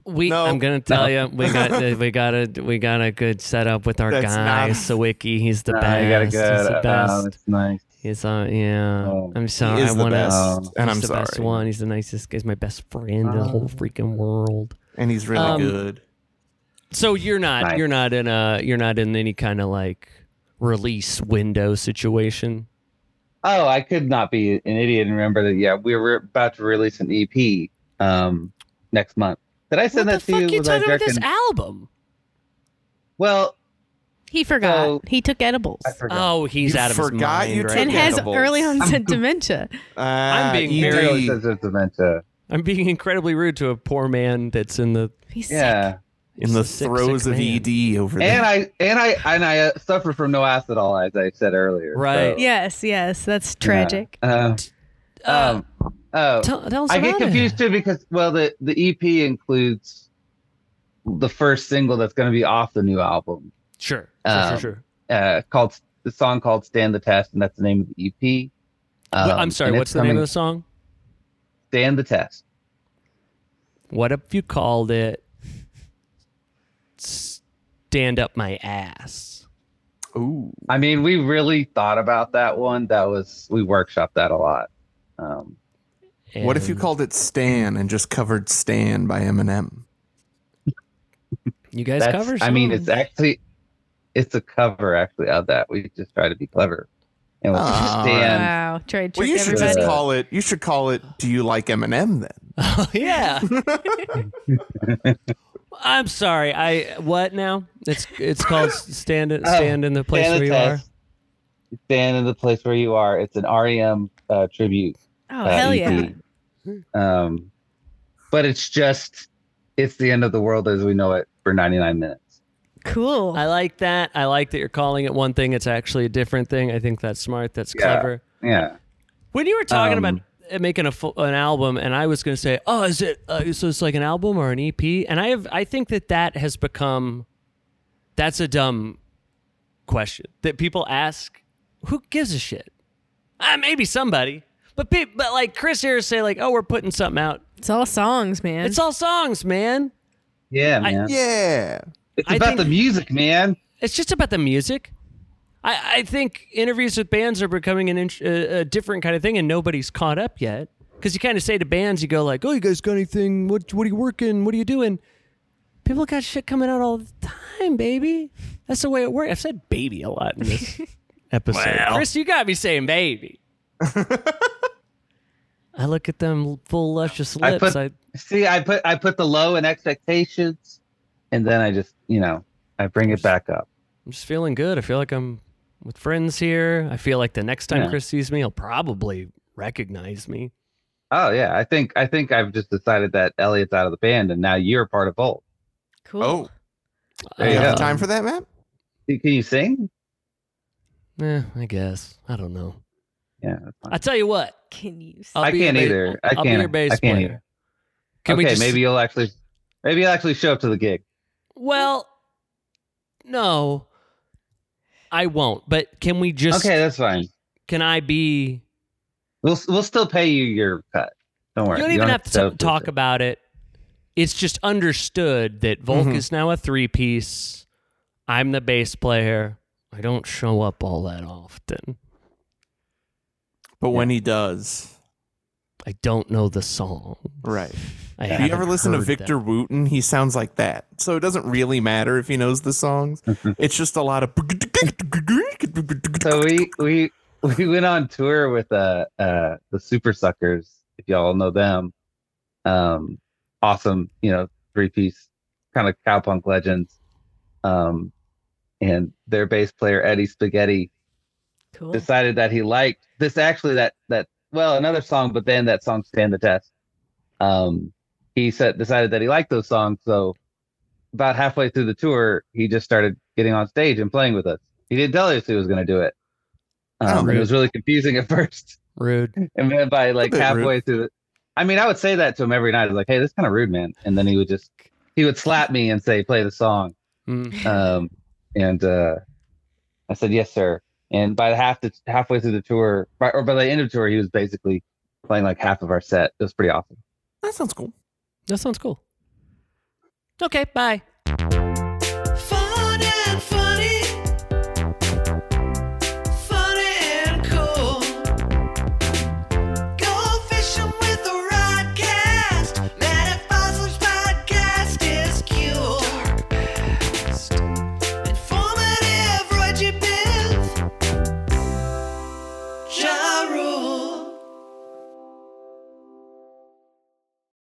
[SPEAKER 1] We,
[SPEAKER 2] No.
[SPEAKER 1] I'm gonna tell you, we got uh, we got a we got a good setup with our
[SPEAKER 2] That's
[SPEAKER 1] guy
[SPEAKER 2] not-
[SPEAKER 1] Sawicki. He's the
[SPEAKER 4] Uh,
[SPEAKER 1] best.
[SPEAKER 4] you gotta go.
[SPEAKER 1] He's the
[SPEAKER 4] Oh,
[SPEAKER 1] best.
[SPEAKER 4] it's nice.
[SPEAKER 1] He's on. Yeah,
[SPEAKER 4] Oh,
[SPEAKER 1] I'm sorry.
[SPEAKER 2] Um, is
[SPEAKER 1] I
[SPEAKER 2] the
[SPEAKER 1] want
[SPEAKER 2] best,
[SPEAKER 1] to.
[SPEAKER 2] and I'm
[SPEAKER 1] the best
[SPEAKER 2] sorry.
[SPEAKER 1] one. He's the nicest. He's my best friend in the
[SPEAKER 2] Um,
[SPEAKER 1] whole
[SPEAKER 4] Oh.
[SPEAKER 1] freaking world.
[SPEAKER 2] And he's really
[SPEAKER 1] Um,
[SPEAKER 2] good.
[SPEAKER 1] So you're not
[SPEAKER 4] Nice.
[SPEAKER 1] you're not in a you're not in any kind of like release window situation.
[SPEAKER 4] Oh, I could not be an idiot and remember that. Yeah, we were about to release an EP um, next month. Did I send
[SPEAKER 1] what the
[SPEAKER 4] that to
[SPEAKER 1] fuck
[SPEAKER 4] you?
[SPEAKER 1] you
[SPEAKER 4] Was I
[SPEAKER 1] talking about this
[SPEAKER 4] jerking?
[SPEAKER 1] album?
[SPEAKER 4] well,
[SPEAKER 3] He forgot.
[SPEAKER 4] So-
[SPEAKER 3] he took edibles
[SPEAKER 4] I forgot.
[SPEAKER 1] Oh, he's
[SPEAKER 2] You
[SPEAKER 1] out of
[SPEAKER 2] forgot
[SPEAKER 1] his
[SPEAKER 2] you
[SPEAKER 1] mind. right
[SPEAKER 2] took
[SPEAKER 3] and
[SPEAKER 1] now.
[SPEAKER 2] it.
[SPEAKER 3] has
[SPEAKER 2] edibles.
[SPEAKER 3] early onset dementia.
[SPEAKER 2] Ah,
[SPEAKER 1] being
[SPEAKER 2] ED.
[SPEAKER 1] very-
[SPEAKER 4] Material sensitive dementia.
[SPEAKER 1] I'm being incredibly rude to a poor man that's in the
[SPEAKER 3] He's sick.
[SPEAKER 4] Yeah,
[SPEAKER 2] in the
[SPEAKER 1] sick,
[SPEAKER 2] throes
[SPEAKER 1] sick
[SPEAKER 2] of
[SPEAKER 1] man.
[SPEAKER 2] ED over there.
[SPEAKER 4] and I and I and I uh, suffer from no acid all as I said earlier.
[SPEAKER 1] Right.
[SPEAKER 4] so,
[SPEAKER 3] Yes, yes. That's tragic.
[SPEAKER 4] uh,
[SPEAKER 1] Uh,
[SPEAKER 4] um, oh,
[SPEAKER 1] tell, tell us
[SPEAKER 4] I get
[SPEAKER 1] about it.
[SPEAKER 4] confused too because well, the the EP includes the first single that's going to be off the new album,
[SPEAKER 1] Sure, sure,
[SPEAKER 4] Um,
[SPEAKER 1] sure. sure.
[SPEAKER 4] uh, called the song called "Stand the Test," and that's the name of the EP.
[SPEAKER 1] Well,
[SPEAKER 4] Um,
[SPEAKER 1] I'm sorry.
[SPEAKER 4] and
[SPEAKER 1] What's
[SPEAKER 4] it's
[SPEAKER 1] the name
[SPEAKER 4] coming-
[SPEAKER 1] of the song?
[SPEAKER 4] Stand the Test.
[SPEAKER 1] What if you called it "Stand Up My Ass"?
[SPEAKER 2] Ooh.
[SPEAKER 4] I mean, we really thought about that one. That was we workshopped that a lot. Um,
[SPEAKER 2] What if you
[SPEAKER 1] And
[SPEAKER 2] called it Stan and just covered Stan by Eminem?
[SPEAKER 1] you guys
[SPEAKER 4] that's,
[SPEAKER 1] cover?
[SPEAKER 4] I mean,
[SPEAKER 1] songs?
[SPEAKER 4] it's actually it's a cover actually of that. We just try to be clever. And we'll just
[SPEAKER 2] Ah,
[SPEAKER 4] stand.
[SPEAKER 3] wow. Tried to
[SPEAKER 2] Well,
[SPEAKER 3] trick
[SPEAKER 2] you should
[SPEAKER 3] everybody.
[SPEAKER 2] just
[SPEAKER 4] everybody.
[SPEAKER 2] call it. You should call it. Do you like Eminem? Then
[SPEAKER 1] Oh, yeah. I'm sorry. I what now? It's it's called stand
[SPEAKER 4] Oh,
[SPEAKER 1] stand in the place where
[SPEAKER 4] Stand the
[SPEAKER 1] you are.
[SPEAKER 4] test. Stand in the place where you are. It's an REM uh, tribute.
[SPEAKER 3] Oh,
[SPEAKER 4] uh,
[SPEAKER 3] hell yeah.
[SPEAKER 4] EP. Um, but it's just it's the end of the world as we know it for 99 minutes.
[SPEAKER 3] Cool.
[SPEAKER 2] Uh,
[SPEAKER 1] I like that. I like that you're calling it one thing. It's actually a different thing. I think that's smart. That's
[SPEAKER 4] Yeah.
[SPEAKER 1] clever.
[SPEAKER 4] Yeah.
[SPEAKER 1] When you were talking
[SPEAKER 4] Um,
[SPEAKER 1] about about making a full, an album, and I was going to say, "Oh, is it uh, so? It's like an album or an EP?" And I have I think that that has become that's a dumb question that people ask. Who gives a shit? Uh, maybe somebody, but pe- but like Chris here say like, "Oh, we're putting something out."
[SPEAKER 3] it's all songs, man.
[SPEAKER 1] It's all songs, man.
[SPEAKER 4] Yeah,
[SPEAKER 1] I-
[SPEAKER 4] man.
[SPEAKER 2] yeah,
[SPEAKER 4] it's
[SPEAKER 1] I
[SPEAKER 4] about
[SPEAKER 1] think-
[SPEAKER 4] the music, man.
[SPEAKER 1] it's just about the music. I, I think interviews with bands are becoming an int- a, a different kind of thing, and nobody's caught up yet. Because you kind of say to bands, you go like, "Oh, you guys got anything? What what are you working? What are you doing?" People got shit coming out all the time, baby. That's the way it works. I've said "baby" a lot in this episode. Chris, you got me saying "baby." I look at them full luscious
[SPEAKER 4] I
[SPEAKER 1] lips.
[SPEAKER 4] put-
[SPEAKER 1] I,
[SPEAKER 4] See, I put I put the low in expectations, and then I just you know I bring it back up.
[SPEAKER 1] I'm just feeling good. I feel like I'm with friends here. I feel like the next time
[SPEAKER 4] Yeah.
[SPEAKER 1] Chris sees me, he'll probably recognize me.
[SPEAKER 4] Oh yeah, I think I think I've just decided that Elliot's out of the band, and now you're part of Volt.
[SPEAKER 3] cool.
[SPEAKER 2] Oh,
[SPEAKER 4] There
[SPEAKER 2] you
[SPEAKER 4] you
[SPEAKER 2] have
[SPEAKER 4] go.
[SPEAKER 1] Um,
[SPEAKER 2] time for that, Matt?
[SPEAKER 4] Can you sing?
[SPEAKER 1] Eh, I guess. I don't know.
[SPEAKER 4] Yeah, that's fine.
[SPEAKER 1] I tell you what.
[SPEAKER 3] Can
[SPEAKER 2] Oh.
[SPEAKER 3] you
[SPEAKER 1] I'll
[SPEAKER 4] I
[SPEAKER 1] be your
[SPEAKER 4] can't
[SPEAKER 1] ba-
[SPEAKER 4] either. I
[SPEAKER 1] I'll be
[SPEAKER 4] can't-
[SPEAKER 1] your bass
[SPEAKER 4] I can't
[SPEAKER 1] player.
[SPEAKER 4] either.
[SPEAKER 1] Can
[SPEAKER 4] okay,
[SPEAKER 1] we just,
[SPEAKER 4] maybe you'll actually maybe you'll actually show up to the gig.
[SPEAKER 1] Well, no, I won't. But can we just?
[SPEAKER 4] Okay, that's fine.
[SPEAKER 1] Can I be?
[SPEAKER 4] We'll we'll still pay you your cut. Don't
[SPEAKER 1] You
[SPEAKER 4] worry.
[SPEAKER 1] don't even have to
[SPEAKER 4] sell
[SPEAKER 1] t- talk about it. it's just understood that Volk
[SPEAKER 2] Mhm.
[SPEAKER 1] is now a three piece. I'm the bass player. I don't show up all that often.
[SPEAKER 2] But when he does,
[SPEAKER 1] I don't know the song.
[SPEAKER 2] right?
[SPEAKER 1] I
[SPEAKER 2] Do you ever
[SPEAKER 1] haven't
[SPEAKER 2] listen to
[SPEAKER 1] heard them.
[SPEAKER 2] Victor Wooten? He sounds like that. So it doesn't really matter if he knows the songs. it's just a lot of.
[SPEAKER 4] So we we we went on tour with uh uh the Super Suckers, if y'all know them. Um awesome, you know, three piece kind of cowpunk legends. Um and their bass player Eddie Spaghetti
[SPEAKER 3] Cool.
[SPEAKER 4] decided that he liked this actually that that well another song but then that song stand the test um he said decided that he liked those songs so about halfway through the tour he just started getting on stage and playing with us he didn't tell us he was going to do it
[SPEAKER 2] Oh,
[SPEAKER 4] um, and
[SPEAKER 1] rude.
[SPEAKER 4] it was really confusing at first
[SPEAKER 1] Rude.
[SPEAKER 4] and then by like
[SPEAKER 2] bit rude.
[SPEAKER 4] halfway through the, i mean i would say that to him every night I was like hey this is kind of rude man and then he would just he would slap me and say play the song
[SPEAKER 1] Mm.
[SPEAKER 4] um, and uh, I said yes, sir. And by the half the halfway through the tour, by, or by the end of the tour, he was basically playing like half of our set. It was pretty awesome.
[SPEAKER 2] That sounds cool.
[SPEAKER 1] That sounds cool. Okay, bye.